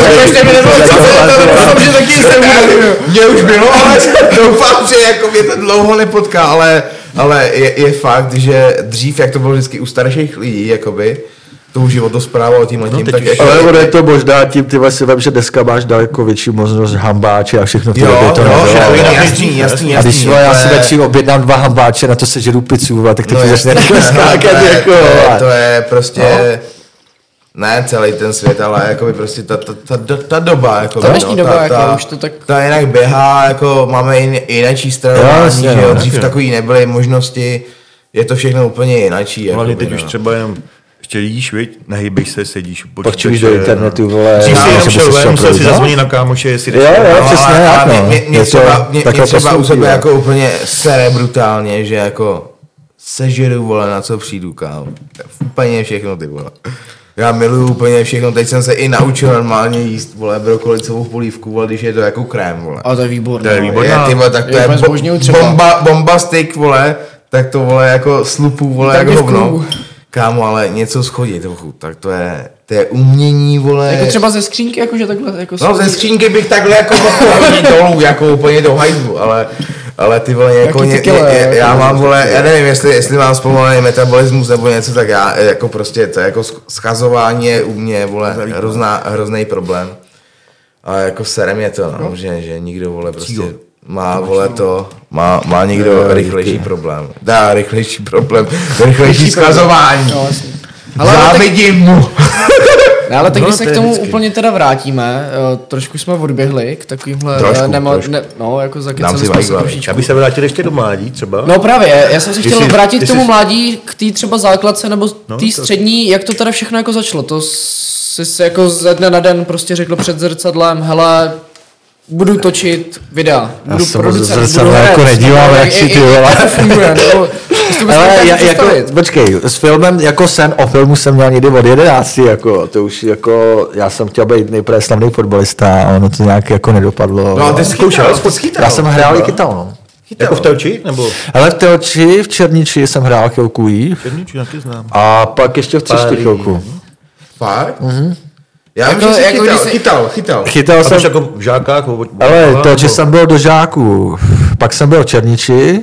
Speaker 2: Tak ještě mi nebylo 30 let, ale doufám, že taky jsem udělal.
Speaker 1: Mně už bylo, ale doufám, že jako mě to dlouho nepotká, ale, ale je, je, fakt, že dřív, jak to bylo vždycky u starších lidí, jakoby, tou životosprávu a tím a tím,
Speaker 4: No, teď
Speaker 1: tak
Speaker 4: už-
Speaker 1: jako,
Speaker 3: Ale ono je to možná tím, ty vlastně vem, že dneska máš daleko větší možnost hambáče a všechno ty
Speaker 1: jo,
Speaker 3: doby to
Speaker 1: jo,
Speaker 3: nebylo.
Speaker 1: jo,
Speaker 4: jo.
Speaker 1: jasný, jasný, jasný.
Speaker 3: A když vole, já si
Speaker 1: to je-
Speaker 3: večer objednám dva hambáče, na to se žeru pizzu, vole, tak teď
Speaker 1: No
Speaker 3: no,
Speaker 1: jasně.
Speaker 3: začne rychle skákat,
Speaker 1: to, je,
Speaker 3: jako, No.
Speaker 1: to, je, to
Speaker 3: vole.
Speaker 1: je prostě... Ne celý ten svět, ale jako by prostě ta, ta, ta, ta, ta doba, jako
Speaker 2: Ta dnešní doba, jako už to tak-
Speaker 1: Ta jinak běhá, jako máme jin, jinačí stranování,
Speaker 3: Jasně,
Speaker 1: že jo,
Speaker 3: no,
Speaker 1: dřív
Speaker 4: taky.
Speaker 1: takový nebyly možnosti, je to všechno úplně jinačí.
Speaker 4: Hlavně
Speaker 1: jakoby,
Speaker 4: teď už
Speaker 1: no.
Speaker 4: třeba jenom ještě jíš, viď? Nehybeš se, sedíš u
Speaker 3: Pak čujíš do internetu, vole.
Speaker 4: Dřív
Speaker 3: no,
Speaker 4: si jenom
Speaker 3: že
Speaker 4: šel
Speaker 3: bys
Speaker 4: ven, musel si
Speaker 3: projít, no?
Speaker 4: zazvonit na kámoše, jestli jdeš
Speaker 3: Jo,
Speaker 4: ven.
Speaker 3: jo.
Speaker 1: ale-
Speaker 3: přesně
Speaker 1: ale
Speaker 3: tak, no.
Speaker 1: Mě, mě,
Speaker 3: Je
Speaker 1: mě
Speaker 3: to
Speaker 1: třeba, mě, mě
Speaker 3: takhle
Speaker 1: třeba u
Speaker 3: postupí,
Speaker 1: sebe
Speaker 3: jo.
Speaker 1: jako úplně sere brutálně, že jako sežeru, vole, na co přijdu, kámo. Úplně všechno, ty vole. Já miluju úplně všechno, teď jsem se i naučil normálně jíst, vole, brokolicovou polívku, vole, když je to jako krém, vole.
Speaker 2: A to je výborné.
Speaker 4: To je výborné.
Speaker 1: Je, ty vole, tak to
Speaker 2: Je
Speaker 1: je,
Speaker 2: úplně
Speaker 1: bo-
Speaker 2: zbožňuju třeba.
Speaker 1: bomba, bomba steak, vole, tak to vole jako slupu, vole,
Speaker 2: Tak
Speaker 1: jako
Speaker 2: je v
Speaker 1: hovno.
Speaker 2: kruhu.
Speaker 1: Kámo, ale něco schodí trochu, tak to je, to je umění, vole.
Speaker 2: Jako třeba ze skřínky, jakože takhle, jako
Speaker 1: No ze skřínky bych takhle jako pochopil dolů, jako úplně do hajzlu, ale, ale ty vole, jako
Speaker 2: Jaký
Speaker 1: ně,
Speaker 2: ty kilo,
Speaker 1: ně,
Speaker 2: jo,
Speaker 1: já
Speaker 2: jako
Speaker 1: mám vole, já nevím, jestli, jestli mám zpomalený metabolismus nebo něco, tak já eh, jako prostě to je jako sch- schazování je u mě, vole, hrozná, hrozný problém. Ale jako sere mě to, no, že, že nikdo, vole, prostě má, vole, to, má, má
Speaker 2: Eh,
Speaker 1: někdo rychlejší problém. Dá, rychlejší problém, rychlejší schazování.
Speaker 2: No, jasně. Ale, ale, tak,
Speaker 1: Závidím mu.
Speaker 2: ne, ale tak, když
Speaker 4: No,
Speaker 2: se k
Speaker 4: to je
Speaker 2: tomu
Speaker 4: vždycky.
Speaker 2: úplně teda vrátíme, eh, trošku jsme odběhli k takovýmhle...
Speaker 1: Trošku,
Speaker 2: eh, nema-
Speaker 1: trošku.
Speaker 2: Ne, no, jako
Speaker 1: Dám si
Speaker 2: zakecali jsme se
Speaker 1: vajglavy.
Speaker 2: trošičku.
Speaker 4: Aby se vrátil ještě do mládí třeba.
Speaker 2: No právě, já jsem se chtěl
Speaker 4: Jestli-
Speaker 2: vrátit k tomu
Speaker 4: jestli-
Speaker 2: mládí, k té třeba základce nebo
Speaker 3: No,
Speaker 2: k té
Speaker 4: to-
Speaker 2: střední, jak to teda všechno jako začalo, to jsi se jako ze dne na den prostě řekl před zrcadlem, hele, budu točit videa,
Speaker 3: Já
Speaker 2: budu
Speaker 3: se moc
Speaker 2: producent,
Speaker 3: ze
Speaker 2: budu
Speaker 3: zrcadla
Speaker 2: herec,
Speaker 3: jako nedívám
Speaker 2: nebo jak-
Speaker 3: radši,
Speaker 2: jak-
Speaker 3: ty
Speaker 2: jak-
Speaker 3: vole.
Speaker 2: jak to funguje, nebo- prostě jestli bys to
Speaker 3: Ale já,
Speaker 2: dokázal
Speaker 3: jako,
Speaker 2: představit.
Speaker 3: počkej, s filmem, jako sen o filmu jsem měl někdy od 11, jako, to už jako, já jsem chtěl být nejprve slavný fotbalista a ono to nějak jako nedopadlo.
Speaker 1: No a ty zkoušel,
Speaker 4: Podchytal.
Speaker 3: já jsem hrál i kytal, no.
Speaker 4: Jako v Telči? Nebo?
Speaker 3: Ale v Telči, v Černiči jsem hrál chvilku jí
Speaker 4: Černičku, taky znám.
Speaker 3: a pak ještě v Třešti
Speaker 4: Pálí.
Speaker 3: chvilku.
Speaker 1: Fakt? Mm-hmm. Já vím,
Speaker 2: Mhm.
Speaker 1: že
Speaker 2: Jako-
Speaker 1: jsi
Speaker 2: jako
Speaker 1: chytal,
Speaker 2: když se-
Speaker 1: chytal, chytal.
Speaker 3: Chytal
Speaker 4: A
Speaker 3: jsem,
Speaker 4: už jako v žákách? nebo-
Speaker 3: ale to, že
Speaker 4: nebo-
Speaker 3: jsem byl do žáků, pak jsem byl v Černiči,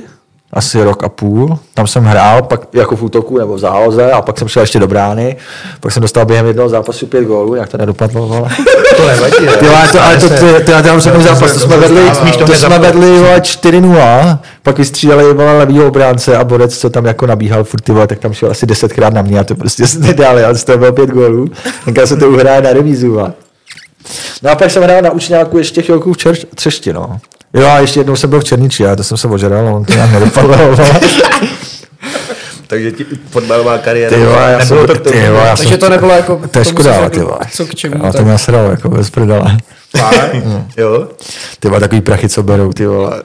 Speaker 3: asi rok a půl, tam jsem hrál, pak jako v útoku nebo v záloze a pak jsem šel ještě do brány, pak jsem dostal během jednoho zápasu pět gólů, jak to nedopadlo, vole.
Speaker 4: To nevadí, ne?
Speaker 3: Jo, ale to, ale to, to, to, já tam jsem zápas, to jsme vedli, to jsme vedli vole, 4-0, pak vystřídali vole levýho obránce a borec, co tam jako nabíhal furt ty vole, tak tam šel asi desetkrát na mě a to prostě se nedali, ale z toho bylo pět gólů, tak se to uhraje na remízu, vole. No a pak jsem hrál na učňáku ještě chvilku v čer- třešti, no. Jo a ještě jednou jsem byl v Černiči, já to jsem se ožeral, on to nějak nedopadlo, vole.
Speaker 4: Takže ti fotbalová kariéra.
Speaker 3: Ty vole, já jsem,
Speaker 4: Nebylo to k tomu.
Speaker 3: ty vole, já
Speaker 2: Takže
Speaker 3: jsem,
Speaker 2: to nebylo jako-
Speaker 3: to je
Speaker 2: tomu
Speaker 3: škoda,
Speaker 2: se
Speaker 3: ale,
Speaker 2: řekl,
Speaker 3: ty vole.
Speaker 2: co k čemu,
Speaker 3: Já to
Speaker 2: tak.
Speaker 3: mě sral, jako bez prdele.
Speaker 1: Fakt?
Speaker 4: Jo?
Speaker 3: Ty vole, takový prachy, co berou, ty vole.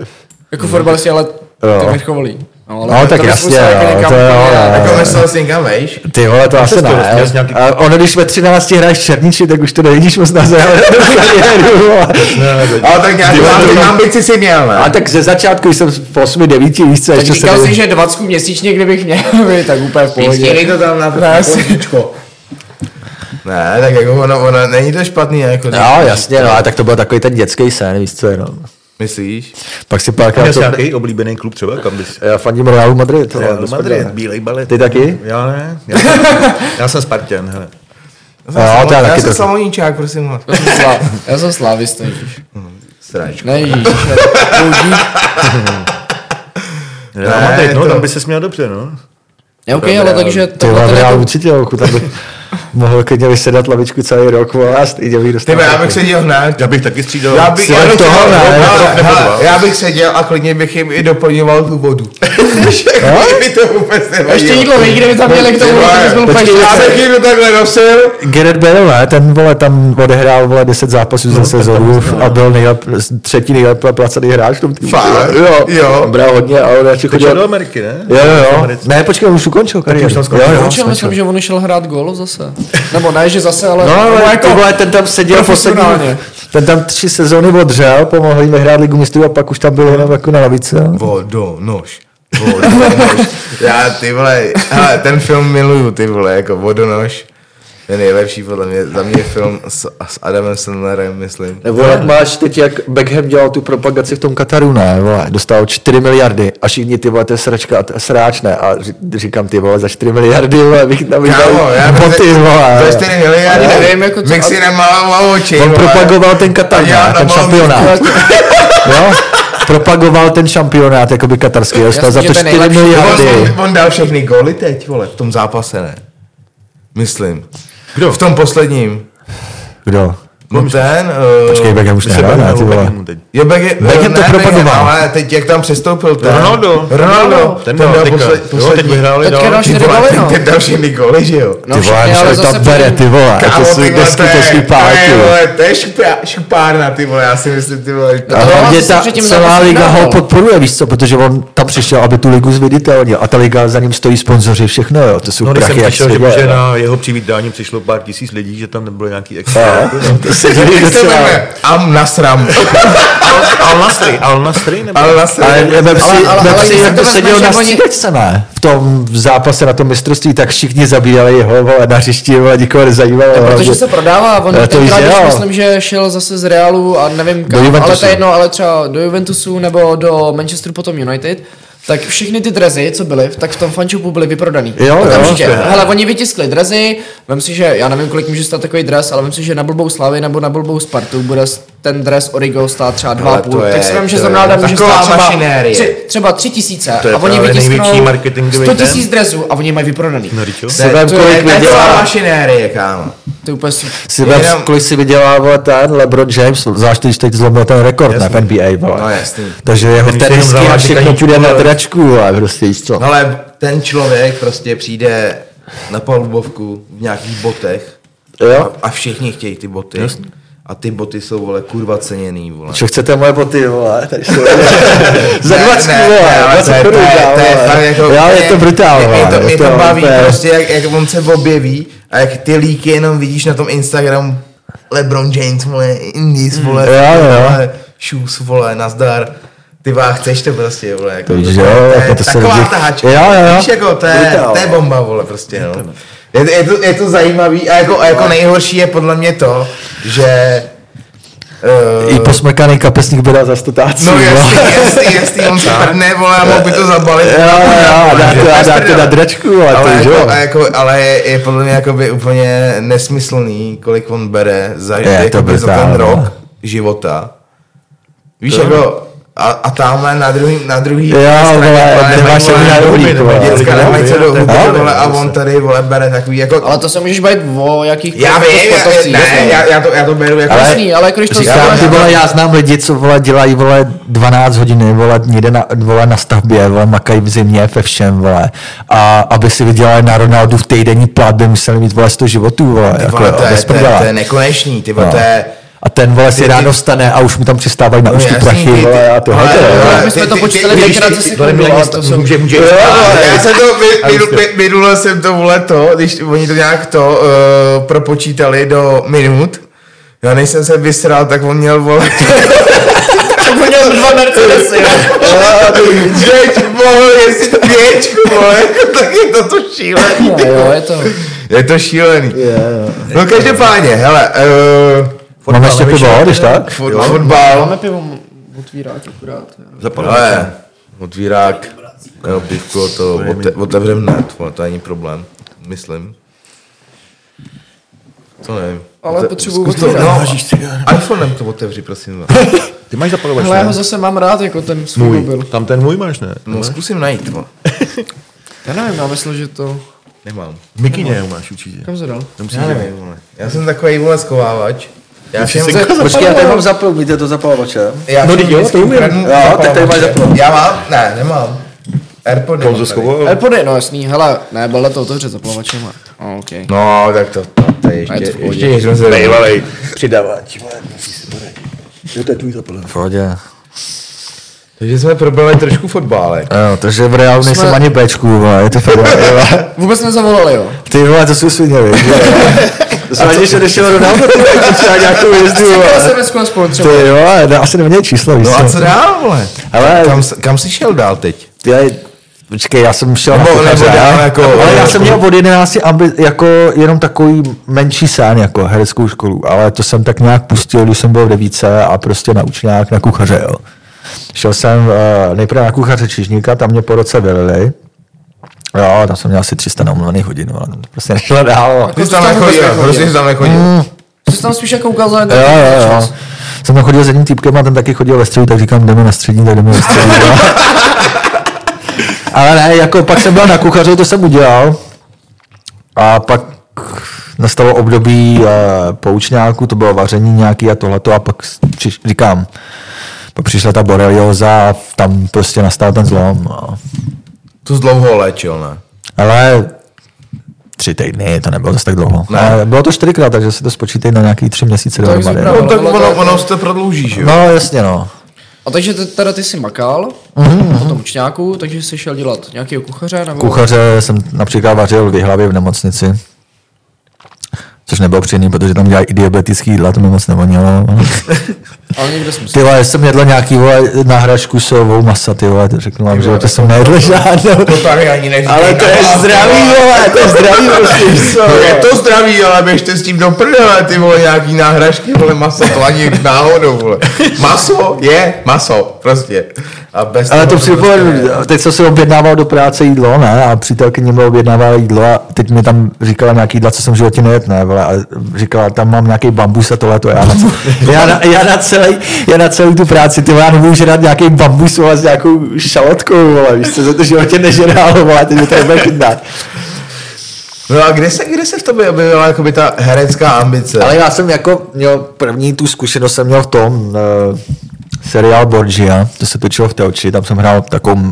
Speaker 2: Jako fotbalisti, ale to vrcholí.
Speaker 3: No, tak
Speaker 2: bys
Speaker 3: jasně,
Speaker 2: musel jako
Speaker 3: jo,
Speaker 2: někam
Speaker 3: to jo,
Speaker 2: úplně-
Speaker 3: jo.
Speaker 1: Jako myslel jsi někam vejš?
Speaker 3: Ty vole, to asi
Speaker 4: to
Speaker 3: ne.
Speaker 4: rozměl z nějaký-
Speaker 3: A ono, když ve 13 hraješ černiči, tak už to nevidíš moc na zájem.
Speaker 1: Ale tak
Speaker 3: Ty
Speaker 1: nějakou
Speaker 3: vole, to-
Speaker 1: ambi- ambici si měl,
Speaker 3: A
Speaker 1: ne?
Speaker 3: tak ze začátku jsem v 8, 9 víc, co
Speaker 2: Tak
Speaker 3: ještě
Speaker 2: říkal
Speaker 3: jsem...
Speaker 2: jsi, že 20 měsíčně, kdybych měl, vy, tak úplně v pohodě.
Speaker 1: Pískej to tam na pohodičko. Ne, tak jako ono, ono, není to špatný, jako
Speaker 3: No, jasně, no, ale tak to byl takový ten dětský sen, víš co jenom.
Speaker 1: myslíš?
Speaker 3: Pak si párkrát
Speaker 4: Měl jsi
Speaker 3: to...
Speaker 4: nějaký oblíbený klub třeba, kam bys?
Speaker 3: Já fandím Realu Madrid. vole,
Speaker 4: Real
Speaker 3: bez
Speaker 4: Madrid,
Speaker 3: prdele.
Speaker 4: bílej balet.
Speaker 3: Ty taky?
Speaker 4: Já ne, já jsem, já jsem Spartan, hele.
Speaker 1: Já jsem,
Speaker 3: Jo,
Speaker 1: samo-
Speaker 3: to já
Speaker 1: já
Speaker 3: taky
Speaker 1: jsem
Speaker 3: trochu.
Speaker 1: samoníčák, prosím vás.
Speaker 2: Já jsem slá- Já jsem slávista, Ježíš.
Speaker 1: Sráčku.
Speaker 2: Ne, Ježíš, ale boudík.
Speaker 4: Ne, ne, teď, no,
Speaker 1: to-
Speaker 4: tam by se směl dobře, no.
Speaker 2: Ne, OK, ale takže
Speaker 3: Ty
Speaker 2: tohle
Speaker 3: vole,
Speaker 2: tady
Speaker 3: já
Speaker 2: jako-
Speaker 3: určitě, oku, tam bych mohl klidně vysedat lavičku celý rok, vole, a stejně bych dostal.
Speaker 1: Ty já bych seděl hned.
Speaker 4: Já bych taky střídal.
Speaker 1: Já bych,
Speaker 3: si
Speaker 1: já
Speaker 3: dal
Speaker 1: bych
Speaker 3: toho,
Speaker 1: seděl-
Speaker 3: ne?
Speaker 1: hele,
Speaker 4: Nebo-
Speaker 1: hele,
Speaker 4: nebo-
Speaker 1: já bych seděl a klidně bych jim i doplňoval tu vodu. Mě by to vůbec
Speaker 2: A Ještě
Speaker 1: nevadilo.
Speaker 2: jídlo, víš, kde by tam měli k tomu, že jsme úplně
Speaker 1: Počkej, já bych jim to takhle nosil.
Speaker 3: Gerrit Bale, ne? ten vole tam odehrál vole 10 zápasů za sezónu a byl nejlep, třetí nejlépe placený hráč v tom týmu.
Speaker 1: Fakt?
Speaker 3: Jo,
Speaker 1: Jo.
Speaker 3: jo. Bral hodně a on radši
Speaker 4: Teď šel
Speaker 3: chodil.
Speaker 4: do Ameriky, ne?
Speaker 3: Jo, jo, jo.
Speaker 4: Americe.
Speaker 3: Ne, počkej, on už ukončil kariéru.
Speaker 4: no, už tam skončil.
Speaker 3: Jo, jo,
Speaker 2: Určitě
Speaker 3: skončil.
Speaker 2: myslím, že on šel hrát gol zase. Nebo ne, že zase, ale... nebo
Speaker 3: No, ale
Speaker 2: jako-
Speaker 3: jako, vole, ten tam seděl poslední,
Speaker 2: profesionálně.
Speaker 3: ten tam tři sezóny odřel, pomohl jim vyhrát ligu mistrů a pak už tam byl jenom jako na lavici. jo.
Speaker 1: Vodo, nož. Vodo, nož. Já ty vole, hele, ten film miluju, ty vole, jako vodonož. Ten nejlepší podle mě, za mě film s, s Adamem Sandlerem, myslím.
Speaker 3: Nebo jak máš teď, jak Beckham dělal tu propagaci v tom Kataru, ne, vole, dostal 4 miliardy a všichni ty vole, to je sračka, a to je sráč, ne, a ři- říkám ty vole, za 4 miliardy, vole, bych tam
Speaker 1: Kámo, já
Speaker 3: vydal boty, vole.
Speaker 1: To je 4 miliardy,
Speaker 2: Ale nevím, jako co-
Speaker 1: Bych si nemaloval oči,
Speaker 3: On
Speaker 1: vole.
Speaker 3: propagoval ten Katar,
Speaker 1: A
Speaker 3: ne,
Speaker 1: já
Speaker 3: ten
Speaker 1: nemám
Speaker 3: šampionát.
Speaker 1: nic.
Speaker 3: jo? Propagoval ten šampionát, jakoby katarský, a dostal
Speaker 2: Jasně,
Speaker 3: za
Speaker 2: že
Speaker 3: to
Speaker 2: to je
Speaker 3: 4
Speaker 2: nejlepší.
Speaker 3: miliardy.
Speaker 1: On, on dal všechny góly teď, vole, v tom zápase, ne? Myslím. Kdo? V tom posledním.
Speaker 3: Kdo?
Speaker 1: No ten... Uh,
Speaker 3: Počkej, Beckham už
Speaker 4: My se
Speaker 3: nehrál,
Speaker 4: bavíme
Speaker 3: ne, ty
Speaker 4: o
Speaker 3: vole.
Speaker 4: Beckhamu teď.
Speaker 1: Jo, Beckham,
Speaker 3: Beckham to
Speaker 1: ne,
Speaker 3: propagoval.
Speaker 1: ale teď jak tam přestoupil ten...
Speaker 4: Ronaldo.
Speaker 1: Ronaldo.
Speaker 4: Ten byl teďka. Jo, teď vyhráli
Speaker 2: Teďka
Speaker 4: dál.
Speaker 2: dal
Speaker 1: Ty
Speaker 2: čtyři
Speaker 1: vole,
Speaker 2: góly,
Speaker 1: ten,
Speaker 2: no.
Speaker 1: ten dal všechny góly, že jo?
Speaker 2: No
Speaker 3: Ty vole,
Speaker 2: všechny, ale
Speaker 3: než to
Speaker 2: zase
Speaker 3: tam bere,
Speaker 2: potom-
Speaker 3: ty vole, to
Speaker 1: ty vole,
Speaker 3: jsou
Speaker 1: to je-
Speaker 3: neskutečný
Speaker 1: to
Speaker 3: páky.
Speaker 1: je, vole, To je šupá- šupárna, ty vole, já si myslím, ty vole.
Speaker 3: A
Speaker 2: No,
Speaker 3: hlavně
Speaker 2: asi se
Speaker 3: ta
Speaker 2: předtím
Speaker 3: celá
Speaker 2: zápasem
Speaker 3: liga ho
Speaker 2: dával.
Speaker 3: podporuje, víš co, protože on tam přišel, aby tu ligu zviditelnil a ta liga za ním stojí sponzoři, všechno, jo, to jsou
Speaker 4: No, když jsem
Speaker 3: prachy, jak
Speaker 4: přišel,
Speaker 3: se
Speaker 4: že,
Speaker 3: děje.
Speaker 4: že na jeho přivítání přišlo pár tisíc lidí, že tam nebylo nějaký extra.
Speaker 3: Jo, to se diví
Speaker 1: Jak se
Speaker 3: docela.
Speaker 1: jmenuje? Am Nasram.
Speaker 4: Al Nasry, Al Nasry, nebo?
Speaker 1: Al
Speaker 3: Ale
Speaker 1: Nasram.
Speaker 3: vem si,
Speaker 2: ale-
Speaker 3: vem
Speaker 2: ale
Speaker 3: si,
Speaker 2: když
Speaker 3: jak
Speaker 2: si
Speaker 3: to
Speaker 2: to
Speaker 3: seděl na
Speaker 2: vezmeš, že oni-
Speaker 3: střídačce, ne? V tom zápase na tom mistrovství, tak všichni zabíjali jeho, vole, na hřišti, vole, nikoho nezajímalo. vole, že-
Speaker 2: Protože se prodává, on
Speaker 3: Ale to
Speaker 2: to tenkrát,
Speaker 3: víš,
Speaker 2: když
Speaker 3: jo.
Speaker 2: myslím, že šel zase z Realu a nevím
Speaker 3: Do
Speaker 2: kam, ale
Speaker 3: Juventusu.
Speaker 2: to je jedno, ale třeba do Juventusu nebo do Manchesteru potom United, tak všechny ty drezy, co byly, tak v tom fančupu byly vyprodaný.
Speaker 3: Jo, jo,
Speaker 2: Okamžitě.
Speaker 3: to je-
Speaker 2: Hele, oni vytiskli drezy, vem si, že, já nevím, kolik může stát takový dres, ale vem si, že na blbou Slavy nebo na blbou Spartu bude s- ten dres Origo stát třeba dva a
Speaker 1: Ale to
Speaker 2: půl,
Speaker 1: je-
Speaker 2: tak si vem, že
Speaker 1: to je
Speaker 2: zrovna může
Speaker 1: taková
Speaker 2: stát třeba
Speaker 1: mašinérie.
Speaker 2: tři, třeba tři tisíce
Speaker 4: To je
Speaker 2: a oni
Speaker 4: právě největší
Speaker 2: vytisknou
Speaker 4: marketingový
Speaker 2: 100
Speaker 4: ten.
Speaker 2: tisíc dresů a oni mají vyprodaný.
Speaker 4: No, Ričo?
Speaker 3: Si vem,
Speaker 2: to je-
Speaker 3: kolik
Speaker 2: to je
Speaker 1: Taková
Speaker 3: vydělá,
Speaker 1: mašinérie, kámo.
Speaker 2: To je úplně super.
Speaker 3: si vem,
Speaker 1: jenom-
Speaker 3: kolik si vydělá, vole, ten LeBron James, zvlášť když teď zlomil ten rekord na NBA, vole.
Speaker 1: No, jasný.
Speaker 3: Takže jeho
Speaker 4: Ten si jenom
Speaker 3: tenisky a
Speaker 4: zavádí
Speaker 3: všechno
Speaker 4: kaníčku,
Speaker 3: půjde na
Speaker 4: vole.
Speaker 3: dračku, vole, prostě, víš co.
Speaker 1: Ale ten člověk prostě přijde na palubovku v nějakých botech
Speaker 3: Jo.
Speaker 1: a, a všichni chtějí ty boty. Jasně. A ty boty jsou, vole, kurva ceněný, vole.
Speaker 3: Čo chcete moje boty, vole, tady jsou. Za
Speaker 1: Ne,
Speaker 3: 20
Speaker 1: ne,
Speaker 3: vole,
Speaker 1: ne, ale
Speaker 3: 20
Speaker 1: to je-
Speaker 3: korun,
Speaker 1: to je-
Speaker 3: dá,
Speaker 1: to je
Speaker 3: vole.
Speaker 1: fakt jako-
Speaker 3: Jo, je to brutál,
Speaker 1: mě- Mě
Speaker 3: vole,
Speaker 1: to, mě
Speaker 3: je
Speaker 1: to baví,
Speaker 3: to je-
Speaker 1: prostě jak, jak on se objeví a jak ty líky jenom vidíš na tom Instagramu LeBron James, vole, Indies, vole,
Speaker 3: Mm. jo, jo.
Speaker 1: vole, shoes, vole, nazdar. Ty vá, chceš to prostě, vole, jako,
Speaker 3: To víš,
Speaker 1: to,
Speaker 3: jo,
Speaker 1: je-
Speaker 3: jako to se
Speaker 1: taková
Speaker 3: lidi-
Speaker 1: tahačka,
Speaker 3: Jo, jo, jo.
Speaker 1: víš, jako, to je,
Speaker 3: Brutál.
Speaker 1: to je bomba, vole, prostě, no. Je, je, to, je to zajímavý a jako, a jako nejhorší je podle mě to, že eh,
Speaker 3: I posmrkaný kapesník bydá za stotáců.
Speaker 1: No
Speaker 3: jo.
Speaker 1: jasný, jasný, jasný, on se prdne, vole, a mohl by to zabalit.
Speaker 3: Jo, jo, a dá to, a dá to na dračku, vole, to
Speaker 1: Ale,
Speaker 3: víš, jo.
Speaker 1: jako, a jako, ale je, je podle mě jakoby úplně nesmyslný, kolik on bere za,
Speaker 3: Je to
Speaker 1: jakoby za ten
Speaker 3: brutální. no.
Speaker 1: rok života. Víš, jako, a, a tamhle na druhý, na druhý
Speaker 3: Jo, vole,
Speaker 1: vole,
Speaker 3: nemáš
Speaker 1: mají,
Speaker 3: ani
Speaker 1: vole,
Speaker 3: na rohlík,
Speaker 1: huby,
Speaker 3: vole.
Speaker 1: jako
Speaker 3: No.
Speaker 1: Děcka nemají co do
Speaker 4: Jo,
Speaker 1: huby,
Speaker 3: jo,
Speaker 1: vole, a on tady, vole, bere takový, jako,
Speaker 2: Ale to se můžeš bavit o jakých jako
Speaker 1: já vím, já- ne, já, já, to, já to beru jako...
Speaker 3: Ale-
Speaker 2: Jasný, ale jako když to
Speaker 3: Říkám, ty vole, já znám lidi, co vole, dělají vole 12 hodin, vole, někde na, vole, na stavbě, vole, makají v zimě ve všem, vole. A aby si vydělali na Ronaldu v týdenní platbě, museli mít vole 100 životů, vole,
Speaker 1: Ty
Speaker 3: jako,
Speaker 1: vole, to, je,
Speaker 3: bez
Speaker 1: to, je,
Speaker 3: prdela.
Speaker 1: to je nekonečný, ty vole,
Speaker 3: No.
Speaker 1: to je...
Speaker 3: A ten vole
Speaker 1: Ty-
Speaker 3: si
Speaker 1: ty-
Speaker 3: ráno vstane a už mu tam přistávají na
Speaker 1: No
Speaker 3: účtu
Speaker 1: jasný,
Speaker 3: prachy,
Speaker 1: ty- ty-
Speaker 3: vole, a tohle.
Speaker 1: ale-
Speaker 3: jo.
Speaker 1: ale-
Speaker 2: My jsme
Speaker 1: ty-
Speaker 2: to
Speaker 1: ty-
Speaker 2: počítali
Speaker 1: ty-
Speaker 2: tenkrát
Speaker 1: ty-
Speaker 2: za
Speaker 1: ty-
Speaker 2: sekundu, ale to jsou...
Speaker 4: Může, může.
Speaker 1: no, Já jsem to mi- mi- mi- minule jsem to vole to, když oni to nějak to uh, propočítali do minut. Já než jsem se vysral, tak on měl vole.
Speaker 2: měl dva Mercedesy, jo.
Speaker 1: Řeč, mohl, jestli to pěčku, vole, jako tak je to to šílený. ty
Speaker 2: Jo,
Speaker 1: vole.
Speaker 2: je to...
Speaker 1: Je to šílený. No každopádně, hele, eh,
Speaker 3: Máme ještě pivo, když tak?
Speaker 1: uh, fotbal,
Speaker 2: Máme pivo otvírák akurát. jo.
Speaker 1: ale otvírák, nebo pivko, to ote, otevřem net, vole, to není problém, myslím. To nevím.
Speaker 2: Ale
Speaker 1: Ote-
Speaker 2: potřebuju
Speaker 1: zkus to,
Speaker 2: otvírat.
Speaker 1: no, iPhonem to otevři, prosím vás.
Speaker 4: Ty máš zapalovač,
Speaker 2: Hele, já
Speaker 4: ne?
Speaker 2: ho zase mám rád, jako ten svůj mobil.
Speaker 4: Můj. Tam ten můj máš, ne?
Speaker 1: No, zkusím najít, no.
Speaker 2: Já nevím, já myslel, že to...
Speaker 1: Nemám.
Speaker 4: V mikině ho máš určitě.
Speaker 2: Kam se dal?
Speaker 4: Nemusíš
Speaker 1: Já nevím, vole. Já jsem takový, vole, schovávač. Já
Speaker 4: jsi
Speaker 1: všem,
Speaker 4: se-
Speaker 1: ze-
Speaker 3: Počkej, já tady mám zapnout, víte to zapalovače?
Speaker 1: já
Speaker 3: no,
Speaker 1: všem
Speaker 3: jo,
Speaker 1: vždycky
Speaker 3: to umím.
Speaker 1: ukradnu
Speaker 3: Jo, tak tady
Speaker 1: zapalovače.
Speaker 3: máš zapnout.
Speaker 1: Já mám? Ne, nemám. Airpod nemám
Speaker 4: Pouze
Speaker 1: tady.
Speaker 4: schoval.
Speaker 2: Airpody, no jasný, hele, ne, byla to otevřet zaplavačem. Oh, OK.
Speaker 1: No, tak to, to, to je ještě,
Speaker 2: A je to v
Speaker 1: ještě
Speaker 2: pohodě.
Speaker 1: než jsme se
Speaker 4: Nejvalej.
Speaker 3: Přidávač. Jo, to je tvůj zapalovač. Pohodě.
Speaker 1: Takže jsme probrali trošku fotbálek.
Speaker 3: Jo, takže v reálu nejsem
Speaker 2: Jsme-
Speaker 3: ani Bčku, vole, je to fakt, vole.
Speaker 2: Vůbec nezavolali, jo.
Speaker 3: Ty vole, to jsou svině, víš, vole. To jsem ani, že nešel Ronaldo, ty vole, to třeba nějakou jezdu,
Speaker 2: Já
Speaker 3: vole.
Speaker 2: jsem dneska aspoň třeba.
Speaker 3: Ty vole, no, asi neměl číslo, víš
Speaker 1: No a co dál, vole?
Speaker 3: Ale-
Speaker 1: kam, s- kam jsi šel dál teď?
Speaker 3: Já, počkej, já jsem šel
Speaker 1: Nebo-
Speaker 3: kuchaře,
Speaker 1: nebo dál
Speaker 3: ale-
Speaker 1: jako-
Speaker 3: ale já
Speaker 1: jako-
Speaker 3: jsem měl od 11 ambi, jako jenom takový menší sán jako hereckou školu, ale to jsem tak nějak pustil, když jsem byl v devíce a prostě na učňák na kuchaře, jo. Šel jsem eh, nejprve na kuchaře Čižníka, tam mě po roce vylili. Jo, tam jsem měl asi 300 naumlených hodin, ale tam to prostě nešlo dál.
Speaker 1: Ty
Speaker 2: to
Speaker 1: jsi tam
Speaker 2: tam vůbec
Speaker 1: nechodil,
Speaker 2: nechodil.
Speaker 1: prostě jsi tam nechodil.
Speaker 2: Jsi tam spíš jako ukázal
Speaker 3: Jo, jo, jo. Jsem tam chodil s jedním týpkem a ten taky chodil ve středu, tak říkám, jdeme na střední, tak jdeme na střední. Ale ne, jako pak jsem byl na kuchaři, to jsem udělal. A pak nastalo období eh, poučňáku, to bylo vaření nějaký a tohleto a pak s- přiš, říkám, pak přišla ta borelioza a tam prostě nastal ten zlom. No.
Speaker 1: To jsi dlouho léčil, ne?
Speaker 3: Ale tři týdny, to nebylo zase tak dlouho.
Speaker 1: Ne.
Speaker 3: Ne. Bylo to čtyřikrát, takže se to spočítej na nějaký tři měsíce dohromady.
Speaker 2: jsem
Speaker 1: No
Speaker 2: pravil.
Speaker 3: no.
Speaker 1: tak
Speaker 2: ale to
Speaker 1: ono,
Speaker 2: je-
Speaker 1: ono se to prodlouží, že jo?
Speaker 3: No jasně no.
Speaker 2: A takže ty, teda ty jsi makal mm-hmm. po tom učňáku, takže jsi šel dělat nějakého kuchaře
Speaker 1: Jako-
Speaker 2: nebo...
Speaker 3: Mhm. Kuchaře jsem například vařil v hlavě v nemocnici. Což nebylo příjemný, protože tam dělají i diabetický jídla, to mi moc nevonilo.
Speaker 2: Ale někde jsem si...
Speaker 3: Ty vole, jsem jedl nějaký vole, nahračku sojovou masa, ty vole, to řeknu vám, že to jsem nejedl žádnou.
Speaker 1: To tady ani neříkej.
Speaker 3: Ale to je
Speaker 1: No,
Speaker 3: zdravý, vole, to je zdravý prostě, víš co,
Speaker 1: No, je
Speaker 3: vole.
Speaker 1: to zdraví, ale běžte s tím do prdele, ty vole, nějaký náhražky, vole, maso, to ani náhodou, vole. Maso je maso, prostě. A bez
Speaker 3: Ale to
Speaker 1: toho
Speaker 3: připomenu,
Speaker 1: prostě-
Speaker 3: teď jsem si objednával do práce jídlo, ne, a přítelkyně mi objednávala jídlo a teď mi tam říkala nějaký jídla, co jsem v životě nejet, ne, vole, a říkala, tam mám nějaký bambus a tohle, to já na, já, na, já na, celý, já na celý tu práci, ty vole, já nemůžu dát nějaký bambus, vole, s nějakou šalotkou, vole, víš co, jsem to v životě nežral, vole, teď mi to nebude chutnat.
Speaker 1: No a kde se, kde se v tobě objevila jakoby ta herecká ambice?
Speaker 3: Ale já jsem jako měl první tu zkušenost jsem měl v tom uh, seriál Borgia, to se točilo v Telči, tam jsem hrál takovou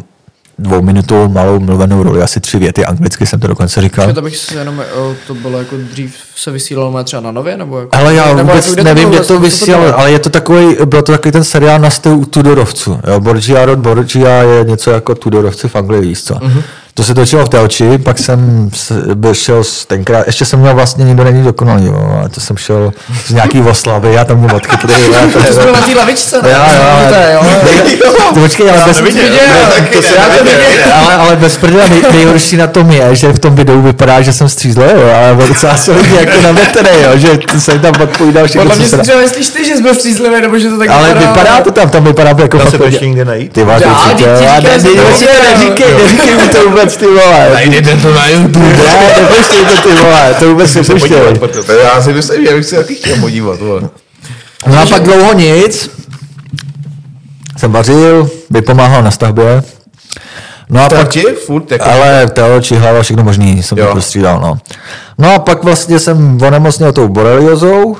Speaker 3: dvouminutovou malou mluvenou roli, asi tři věty, anglicky jsem to dokonce říkal.
Speaker 2: Že to bych se jenom, o, to bylo jako dřív se vysílalo má třeba na nově, nebo jako...
Speaker 3: Ale já
Speaker 2: nebo
Speaker 3: vůbec
Speaker 2: jako kde
Speaker 3: nevím,
Speaker 2: bylo,
Speaker 3: kde
Speaker 2: co
Speaker 3: to vysílalo,
Speaker 2: bylo?
Speaker 3: ale je to takový, byl to takový ten seriál na styl Tudorovců. Jo? Borgia rod Borgia je něco jako Tudorovci v Anglii, víš co?
Speaker 2: Mhm.
Speaker 3: Mm-hmm. To se točilo v Telči, pak jsem s- byl, šel z tenkrát, ještě jsem měl vlastně nikdo není dokonalý, jo, ale to jsem šel z nějaký Oslavy, já tam mě odchytli. jo, a to
Speaker 2: Ty
Speaker 3: je-
Speaker 2: jsi byl na té lavičce, ne?
Speaker 3: Jo, jo,
Speaker 2: To je, jo.
Speaker 3: Ty počkej, ale bez
Speaker 4: neviděl,
Speaker 3: Ne,
Speaker 1: taky
Speaker 3: to
Speaker 1: ne,
Speaker 3: se já to
Speaker 1: neviděl.
Speaker 3: neviděl. ale, ale bez prdela nej, nejhorší na tom je, že v tom videu vypadá, že jsem střízl, jo, ale byl docela se lidi jako nametený, jo, že jsem tam odpovídal všechno,
Speaker 2: Podle
Speaker 3: co
Speaker 2: mě
Speaker 3: se
Speaker 2: si
Speaker 3: dá.
Speaker 2: třeba myslíš ty, že jsi byl přízlivý, nebo že to tak
Speaker 3: Ale vypadá to tam, tam vypadá jako
Speaker 4: Dá se to
Speaker 3: fakt-
Speaker 4: ještě někde najít?
Speaker 3: Ty vole, ty
Speaker 2: Dá,
Speaker 3: určitě,
Speaker 2: vždyť ti
Speaker 3: ale
Speaker 2: říkám, že to
Speaker 3: ne- ne- si to
Speaker 2: neviděl.
Speaker 3: neříkej, neříkej mi to vůbec, ty vole.
Speaker 1: Najdete to na YouTube.
Speaker 3: Ne, nepouštěj to, ty vole, to vůbec nepouštěj.
Speaker 1: To já si myslím, že bych se taky chtěl podívat, vole.
Speaker 3: No a pak dlouho nic. Jsem vařil, vypomáhal na stavbě. No a
Speaker 1: Tak
Speaker 3: pak,
Speaker 1: ti furt jako...
Speaker 3: ale telo, či hlava, všechno možný, jsem
Speaker 1: Jo.
Speaker 3: to prostřídal, no. No a pak vlastně jsem onemocněl tou boreliozou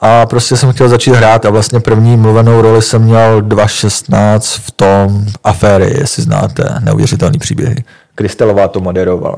Speaker 3: a prostě jsem chtěl začít hrát a vlastně první mluvenou roli jsem měl 2.16 v tom aféry, jestli znáte, neuvěřitelný příběhy. Kristelová to moderovala.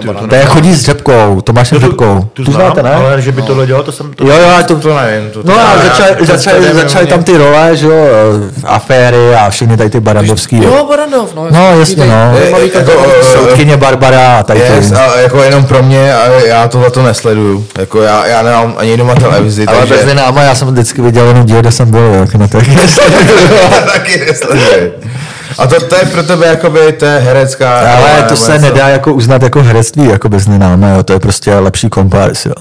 Speaker 2: Nebo
Speaker 3: To je chodí s řepkou, Tomášem řepkou.
Speaker 4: Tu,
Speaker 3: Tu
Speaker 4: znám,
Speaker 3: znáte, ne?
Speaker 4: ale že by tohle dělal, to jsem... To...
Speaker 3: Jo, jo, ale to,
Speaker 1: To nevím. To,
Speaker 3: No a
Speaker 1: já-
Speaker 3: začaly
Speaker 1: to- to
Speaker 3: začali,
Speaker 1: nevím,
Speaker 3: začali
Speaker 1: mě-
Speaker 3: tam ty role, že jo, eh, aféry a všechny tady ty barandovský.
Speaker 2: Jo, Barandov, no.
Speaker 3: No, jasně, no.
Speaker 1: Je-
Speaker 2: Malý
Speaker 1: jako, eh,
Speaker 3: Soudkyně Barbara a tady
Speaker 1: Yes,
Speaker 3: ty.
Speaker 1: a jako jenom pro mě, a já tohle to nesleduju. Jako já, já nemám ani doma televizi,
Speaker 3: Ale
Speaker 1: takže...
Speaker 3: bez náma, já jsem vždycky viděl jenom díl, kde jsem byl, jak na těch.
Speaker 1: taky nesleduju. A to, to je pro tebe jakoby, to je herecká...
Speaker 3: Ale
Speaker 1: role,
Speaker 3: to
Speaker 1: nebo
Speaker 3: se
Speaker 1: něco.
Speaker 3: nedá jako uznat jako herectví, jako bez nenáma, jo, to je prostě lepší kompárs, jo.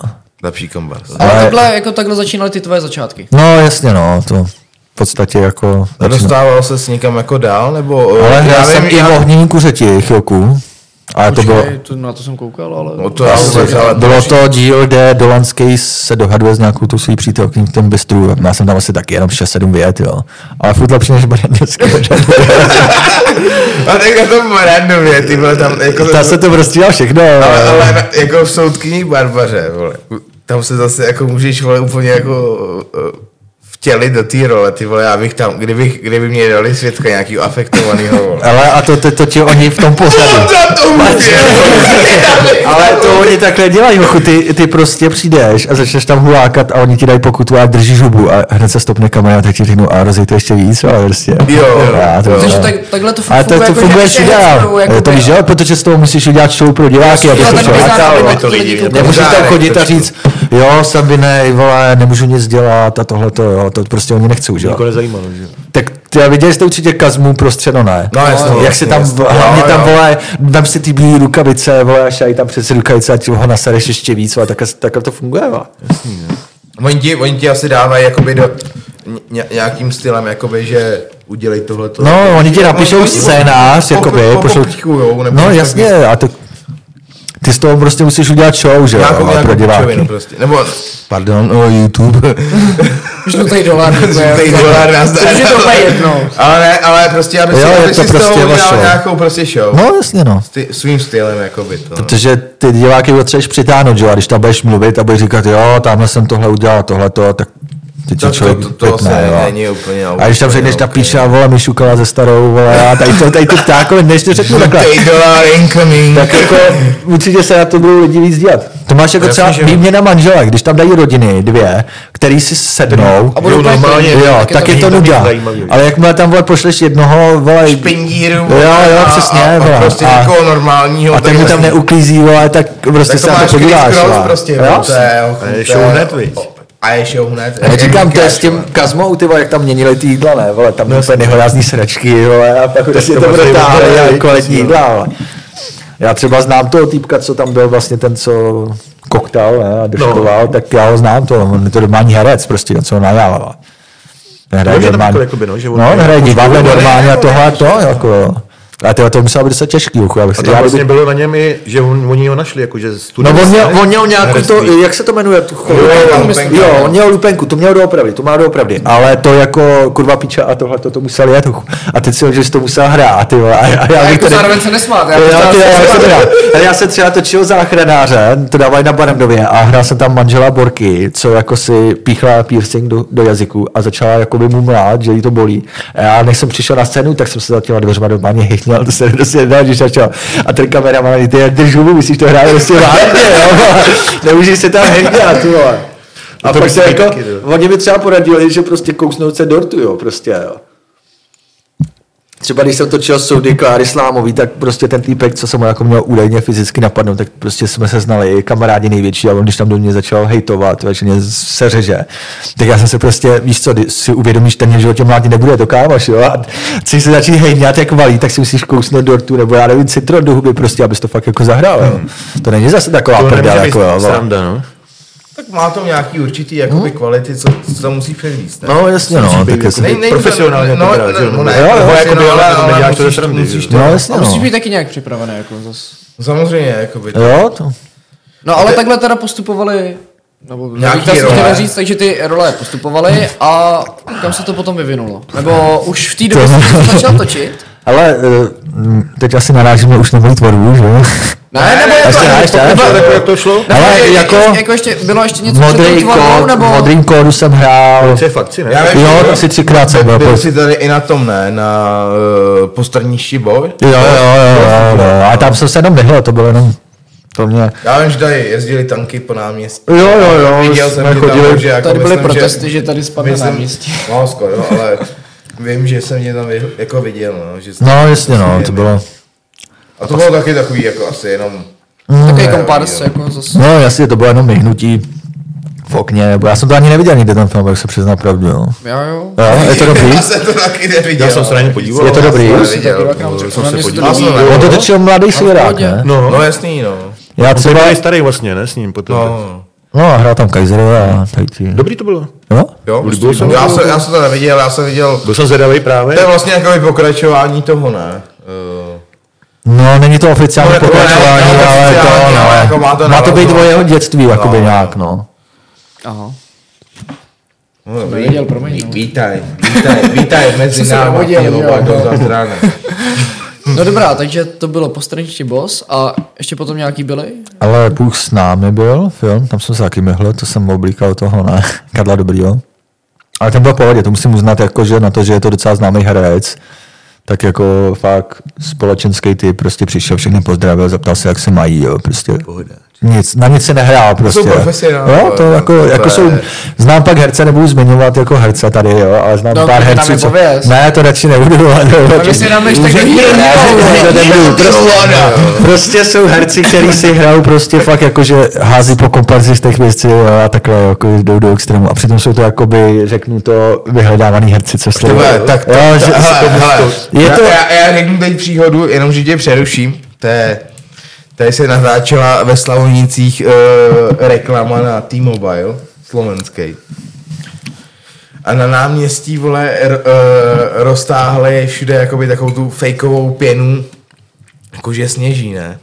Speaker 1: Lepší kombas.
Speaker 2: Ale
Speaker 3: ale-
Speaker 2: takhle, jako takhle začínaly ty tvoje začátky.
Speaker 3: No jasně, no, to v podstatě jako...
Speaker 1: A dostával se s někam jako dál, nebo... eh,
Speaker 3: Ale hrál
Speaker 1: No, já
Speaker 3: jsem
Speaker 1: vím,
Speaker 3: i
Speaker 1: já,
Speaker 3: v ohníku řeti chvilku. Ale to bylo,
Speaker 2: to, na to jsem koukal, ale...
Speaker 1: No to já
Speaker 2: ale-
Speaker 1: vůbec, ale-
Speaker 3: bylo to díl, kde Dolanský se dohaduje s nějakou tou svou přítelkyní v tom bistru. Já jsem tam asi taky jenom 6-7 vět, jo. Ale furt lepší než Brandonský.
Speaker 1: A tak na tom random je, ty vole, tam jako...
Speaker 3: Ta se to prostě dělá všechno. jo.
Speaker 1: Ale, ale na- jako v soudkyní barbaře, vole. Tam se zase jako můžeš, vole, úplně jako eh, vtělit do té role, ty vole, já bych tam, kdybych, kdyby mě dali svědka nějakýho afektovanýho, vole.
Speaker 3: Ale a to, to, to ti oni v tom pořadu.
Speaker 1: Za to může, vole.
Speaker 3: Ale to oni takhle dělají, hochu, ty, ty prostě přijdeš a začneš tam hulákat a oni ti dají pokutu a držíš hubu a hned se stopne kamera, tak ti řeknou a rozjej to ještě víc, ale prostě.
Speaker 1: Jo,
Speaker 3: Já to-
Speaker 1: jo.
Speaker 2: Takže tak, takhle to
Speaker 3: Ale
Speaker 2: funguje,
Speaker 3: to, to
Speaker 2: jako,
Speaker 3: funguje
Speaker 2: že
Speaker 3: všude,
Speaker 2: ještě hecnou,
Speaker 3: ale to
Speaker 2: jakoby,
Speaker 3: víš, že jo, protože z toho musíš udělat show pro diváky, aby
Speaker 2: Jo,
Speaker 3: se
Speaker 2: tak
Speaker 3: to
Speaker 2: by
Speaker 1: lákalo,
Speaker 2: zároveň
Speaker 1: to
Speaker 2: ty
Speaker 1: lidi
Speaker 2: koukali.
Speaker 1: věděli.
Speaker 3: Nemůžeš tam
Speaker 1: Pořádek
Speaker 3: chodit a
Speaker 1: trošku.
Speaker 3: říct, jo, jsem vinej, vole, nemůžu nic dělat a tohle to, jo, to prostě oni nechcou, že jo.
Speaker 4: Nikoho nezajímalo, že jo.
Speaker 3: Tak ty, já viděli jste určitě kazmu prostě, no ne.
Speaker 1: No, jasně,
Speaker 3: Jak
Speaker 1: jasně,
Speaker 3: se tam,
Speaker 1: jasně.
Speaker 3: hlavně
Speaker 1: Jo,
Speaker 3: tam,
Speaker 1: jo.
Speaker 3: vole, dám si ty bílé rukavice, vole, a šají tam přes rukavice a ti ho nasadeš ještě víc, vole, takhle, takhle to funguje, vole.
Speaker 1: Oni ti, oni ti asi dávají jakoby do ně, nějakým stylem, jakoby, že udělej tohleto.
Speaker 3: No, oni ti napíšou
Speaker 1: Oni-
Speaker 3: scénář,
Speaker 1: po-
Speaker 3: jakoby,
Speaker 1: po- po-
Speaker 3: pošlou-
Speaker 1: popichujou, nebo
Speaker 3: No
Speaker 1: něco
Speaker 3: jasně, a to, ty z toho prostě musíš udělat show, že jo,
Speaker 1: Nějakou,
Speaker 3: ale pro
Speaker 1: nějakou pičovinu
Speaker 3: diváky.
Speaker 1: prostě. Nebo, pardon, o YouTube.
Speaker 2: Žlutej dolar. nebo
Speaker 1: Zlutej
Speaker 2: jak-
Speaker 1: dolar nás
Speaker 2: To už jako- je to úplně jedno.
Speaker 1: Ale ne, ale prostě, aby si,
Speaker 3: Jo, je
Speaker 1: aby
Speaker 3: to
Speaker 1: si z
Speaker 3: prostě
Speaker 1: toho udělal
Speaker 3: vaše.
Speaker 1: nějakou prostě show.
Speaker 3: No jasně, no.
Speaker 1: Ty, svým stylem, jakoby to. no.
Speaker 3: Protože ty diváky potřebuješ přitáhnout, že jo, a když tam budeš mluvit a budeš říkat, jo, tamhle jsem tohle udělal, tohle to, tak ty
Speaker 1: To-
Speaker 3: to,
Speaker 1: to-
Speaker 3: člověk
Speaker 1: to- to
Speaker 3: vypne,
Speaker 1: asi
Speaker 3: jo.
Speaker 1: není úplně
Speaker 3: A když tam
Speaker 1: úplně
Speaker 3: řekneš, ta
Speaker 1: OK.
Speaker 3: píša, vole, mi šukala ze starou, vole, a tady to, tady to ptákovi, než to řeknu takhle.
Speaker 1: Zlutej dolar incoming.
Speaker 3: No Tak jako určitě se na to budou lidi víc dívat. To máš jako
Speaker 1: Jasně,
Speaker 3: třeba
Speaker 1: že jo.
Speaker 3: výměna manželek, když tam dají rodiny dvě, který si sednou.
Speaker 2: A budou
Speaker 4: Jo,
Speaker 2: úplně
Speaker 4: normálně,
Speaker 2: klidní,
Speaker 4: jo,
Speaker 3: Jo, tak je to
Speaker 4: to
Speaker 3: nuda.
Speaker 4: zajímavý.
Speaker 3: Ale jakmile tam vole pošleš jednoho, vole,
Speaker 1: Špindíru.
Speaker 3: Jo, jo, přesně,
Speaker 1: A, a,
Speaker 3: vole.
Speaker 1: a prostě
Speaker 3: A-
Speaker 1: někoho normálního.
Speaker 3: a ten mu
Speaker 1: tak
Speaker 3: tam
Speaker 1: jasně.
Speaker 3: neuklízí, vole, tak prostě
Speaker 1: Tak
Speaker 3: se
Speaker 1: to
Speaker 3: na
Speaker 1: máš
Speaker 3: to podíváš.
Speaker 1: podíváš,
Speaker 3: vole.
Speaker 1: prostě.
Speaker 3: Jo?
Speaker 1: vole, to je-
Speaker 4: A je
Speaker 1: to
Speaker 4: show hned, viď?
Speaker 1: A je show Jako hned.
Speaker 3: Já
Speaker 1: jak
Speaker 3: říkám, to je
Speaker 1: říkáš,
Speaker 3: s tím
Speaker 1: vole.
Speaker 3: kazmou, ty vole, jak tam měnili ty jídla, ne, vole, tam byly úplně nehorázný sračky, vole, a pak prostě
Speaker 4: to
Speaker 3: to
Speaker 4: prostě
Speaker 3: protáhli
Speaker 4: vypadá,
Speaker 3: a
Speaker 4: jak
Speaker 3: kvalitní
Speaker 4: si,
Speaker 3: jídla, vole. Já třeba znám toho týpka, co tam byl vlastně ten, co koktal ne, a doškoval, no. tak já ho znám to, on je to normální herec prostě, on co ho najával. Hraje
Speaker 4: No, že tam
Speaker 3: normálně.
Speaker 4: jako- jakoby, no, že on-
Speaker 3: no, on hraje divadlo
Speaker 1: ne,
Speaker 3: normálně a
Speaker 1: ne,
Speaker 3: tohle a to, jako jo. A tyhle, to muselo být docela těžký, ucho, abych
Speaker 4: A
Speaker 3: se,
Speaker 4: to
Speaker 3: já
Speaker 4: vlastně
Speaker 3: bych,
Speaker 4: bylo na něm i, že on, oni ho našli, jakože
Speaker 3: No
Speaker 4: student.
Speaker 3: on měl, on měl nějakou to, jak se to jmenuje? Tu chod,
Speaker 1: Jo, lupenka.
Speaker 3: jo, on měl lupenku, to měl doopravdy, to má doopravdy, ale to jako kurva piča a tohle to, to musel jet. uchu. A teď si ho, že jsi to musel hrát, ty vole. A, a já,
Speaker 2: A
Speaker 3: bych
Speaker 2: jako
Speaker 3: tady-
Speaker 2: zároveň se nesmát. já-
Speaker 3: Jo, ty, já, jsem teda, ale já jsem třeba točil záchranáře, to dávají na Barandově a hrál jsem tam manžela Borky, co jako si píchla piercing do, do jazyku a začala jako by mu mlát, že jí to bolí. A já než jsem přišel na scénu, tak jsem se za těma dveřma normálně hychnil, to se prostě nedá, když začal. A ten kameraman, ty já držu, mu, myslíš to hraje prostě vážně, jo, nemůžeš se tam hychnat, ty vole. A
Speaker 4: To
Speaker 3: pak
Speaker 4: musí
Speaker 3: se
Speaker 4: být
Speaker 3: jako,
Speaker 4: taky, jo.
Speaker 3: oni mi třeba poradili, že prostě kousnout se dortu, jo, prostě, jo. Třeba když jsem točil soudy Kláry Slámový, tak prostě ten týpek, co jsem ho jako měl údajně fyzicky napadnout, tak prostě jsme se znali, kamarádi největší, a on když tam do mě začal hejtovat, že mě se řeže, tak já jsem se prostě, víš co, když si uvědomíš, ten mě v životě mládí nebude, to kámoš, jo, a chceš se začít hejňat jak valí, tak si musíš kousnout dortu, nebo já nevím, citron do huby prostě, abys to fakt jako zahrál, jo. To není zase taková
Speaker 4: Hmm. To
Speaker 3: prdel,
Speaker 4: nemůže být
Speaker 3: jako jo. vole.
Speaker 4: sranda, no.
Speaker 1: Tak má to nějaký určitý jakoby kvality, co, co tam musí předvíst. ne?
Speaker 3: Hm? No jasně, no, tak jasně.
Speaker 4: jako-
Speaker 1: Není- není to-
Speaker 4: Profesionálně
Speaker 1: no,
Speaker 4: to brát, že
Speaker 1: no,
Speaker 4: jo,
Speaker 1: no, ne,
Speaker 4: nebo-
Speaker 3: Jo, jo,
Speaker 1: profesionálně,
Speaker 4: jakoby, ale
Speaker 1: ale
Speaker 4: neděláš to ze
Speaker 1: musíš-
Speaker 4: srandy,
Speaker 1: musíš
Speaker 4: že
Speaker 1: to-
Speaker 3: No jasně,
Speaker 2: A musíš
Speaker 3: no.
Speaker 2: být taky nějak připravený, jako zas.
Speaker 1: Samozřejmě, jakoby. to-
Speaker 3: Jo, to.
Speaker 2: No ale takhle teda postupovali, nebo
Speaker 1: Nějaký
Speaker 2: nějaký tak jsem
Speaker 1: role.
Speaker 2: chtěla říct, takže ty role postupovaly a kam se to potom vyvinulo? Nebo už v té době
Speaker 3: To-
Speaker 2: jsi to začal točit?
Speaker 3: Ale eh, m, teď asi narážíme už na moji tvorbu, že jo?
Speaker 2: Ne, nebo
Speaker 1: ne,
Speaker 2: jako,
Speaker 3: Ještě ne, ještě ne.
Speaker 4: Tak jako jak to šlo?
Speaker 2: nebo
Speaker 3: Ale
Speaker 2: je-
Speaker 3: jako-
Speaker 2: je- jako ještě, bylo ještě něco před tou
Speaker 3: Modrý
Speaker 2: tvorbou,
Speaker 3: kód,
Speaker 2: nebo?
Speaker 3: v modrým kódu jsem hrál.
Speaker 4: To je fakci, ne?
Speaker 1: Já vím,
Speaker 3: Jo,
Speaker 1: že byl-
Speaker 3: asi třikrát jsem byl.
Speaker 1: Byl
Speaker 3: pojď.
Speaker 1: jsi tady i na tom, ne? Na uh, postrní šiboj?
Speaker 3: Jo, jo, jo, jo, jo. A tam jsem se jenom nehl, to bylo jenom to mě.
Speaker 1: Já vím, že tady jezdili tanky po náměstí.
Speaker 3: Jo, jo, jo,
Speaker 1: Viděl
Speaker 3: jsme
Speaker 1: jsem, že
Speaker 3: chodili-
Speaker 1: tam, že jako
Speaker 2: Tady byly
Speaker 1: myslím,
Speaker 2: protesty, že tady spadne
Speaker 1: myslím-
Speaker 2: náměstí.
Speaker 1: No, skoro, ale vím, že jsem tě tam vy- jako viděl, no. Že
Speaker 3: No jasně, no, to bylo.
Speaker 1: A to bylo taky takový, jako asi jenom...
Speaker 2: Takový
Speaker 1: Ne,
Speaker 2: kompars,
Speaker 1: jo.
Speaker 2: jako zase.
Speaker 3: No jasně, to bylo jenom myhnutí v okně, nebo já jsem to ani neviděl nikde ten film, jak se přiznám pravdu, jo.
Speaker 2: Jo, jo.
Speaker 3: Jo, je to dobrý.
Speaker 1: Já jsem to taky neviděl. no.
Speaker 4: Já jsem se na ně podíval.
Speaker 3: Je to dobrý?
Speaker 1: Já jsem
Speaker 2: Jsi
Speaker 1: neviděl,
Speaker 2: to dvakrát
Speaker 1: no,
Speaker 2: řekl,
Speaker 1: jsem
Speaker 2: ale
Speaker 1: se
Speaker 2: mě se to
Speaker 1: podíval.
Speaker 2: líbí.
Speaker 1: Já jsem
Speaker 3: On to točil mladý svěrák, ne?
Speaker 1: to-
Speaker 4: No,
Speaker 1: No jasný, no.
Speaker 3: Já třeba,
Speaker 4: je starý vlastně, ne, s ním potom.
Speaker 1: No,
Speaker 3: no a hrál tam Kaiserové a tady ty.
Speaker 4: Dobrý to bylo.
Speaker 3: Jo?
Speaker 1: jo,
Speaker 4: Líbil se mi
Speaker 1: já
Speaker 4: to?
Speaker 1: jsem, já jsem to neviděl, já jsem viděl...
Speaker 4: Byl jsem zvědavý právě.
Speaker 1: To je vlastně jako pokračování toho, ne? Eh,
Speaker 3: No, není to oficiální
Speaker 1: No,
Speaker 3: no,
Speaker 1: jako ne,
Speaker 3: pokračování,
Speaker 1: ne,
Speaker 3: ale
Speaker 1: oficiálně,
Speaker 3: to, no,
Speaker 1: ale jako
Speaker 3: má
Speaker 1: má
Speaker 3: to,
Speaker 1: to
Speaker 3: má to být
Speaker 1: navazovat.
Speaker 3: jeho dětství, jakoby
Speaker 1: No, no.
Speaker 3: nějak, no.
Speaker 2: Aha.
Speaker 1: No,
Speaker 2: To nevěděl, promiň, no.
Speaker 1: Vítaj, vítaj, vítaj mezi
Speaker 2: se
Speaker 1: náma,
Speaker 2: nahodil,
Speaker 1: ty
Speaker 2: jo.
Speaker 1: loba, do zasrané.
Speaker 2: No dobrá, takže to bylo postraniční boss a ještě potom nějaký byly?
Speaker 3: Ale Bůh s námi byl film, tam jsem se taky myhl, to jsem oblíkal toho na Karla Dobrýho. Ale ten byl v pohodě, to musím uznat, jako, že na to, že je to docela známý herec, tak jako fakt společenský typ prostě přišel, všechny pozdravil, zeptal se, jak se mají, jo, prostě. Nic, na nic se nehrál prostě.
Speaker 1: profesionálové,
Speaker 3: jo, to
Speaker 1: no,
Speaker 3: jako,
Speaker 1: to
Speaker 3: jako
Speaker 1: je-
Speaker 3: jsou, znám pak herce, nebudu zmiňovat jako herce tady, jo, ale znám
Speaker 2: No,
Speaker 3: pár
Speaker 2: klidně nám
Speaker 3: herců.
Speaker 2: je
Speaker 3: co-
Speaker 2: pověz.
Speaker 3: Ne, to radši nebudu. ale-
Speaker 2: my si dáme ještě
Speaker 3: Už-
Speaker 2: takový
Speaker 3: Ne,
Speaker 2: jinou,
Speaker 3: to nebudu, prostě- Prostě jsou herci, kteří si hrajou prostě fakt jako, že hází po komparzi z těch věcí a takhle jako jdou do extrému. A přitom jsou to jakoby, řeknu to, vyhledávaný herci, co jste...
Speaker 1: Tebe, tak to,
Speaker 3: jo, že,
Speaker 1: hele, hele,
Speaker 3: je
Speaker 1: já,
Speaker 3: to-
Speaker 1: to... já, já řeknu teď příhodu, jenom že tě přeruším. To je, tady se natáčela ve Slavonicích uh, reklama na T-Mobile, slovenský. A na náměstí, vole, r, uh, roztáhli všude jakoby takovou tu fejkovou pěnu, jakože sněží, ne?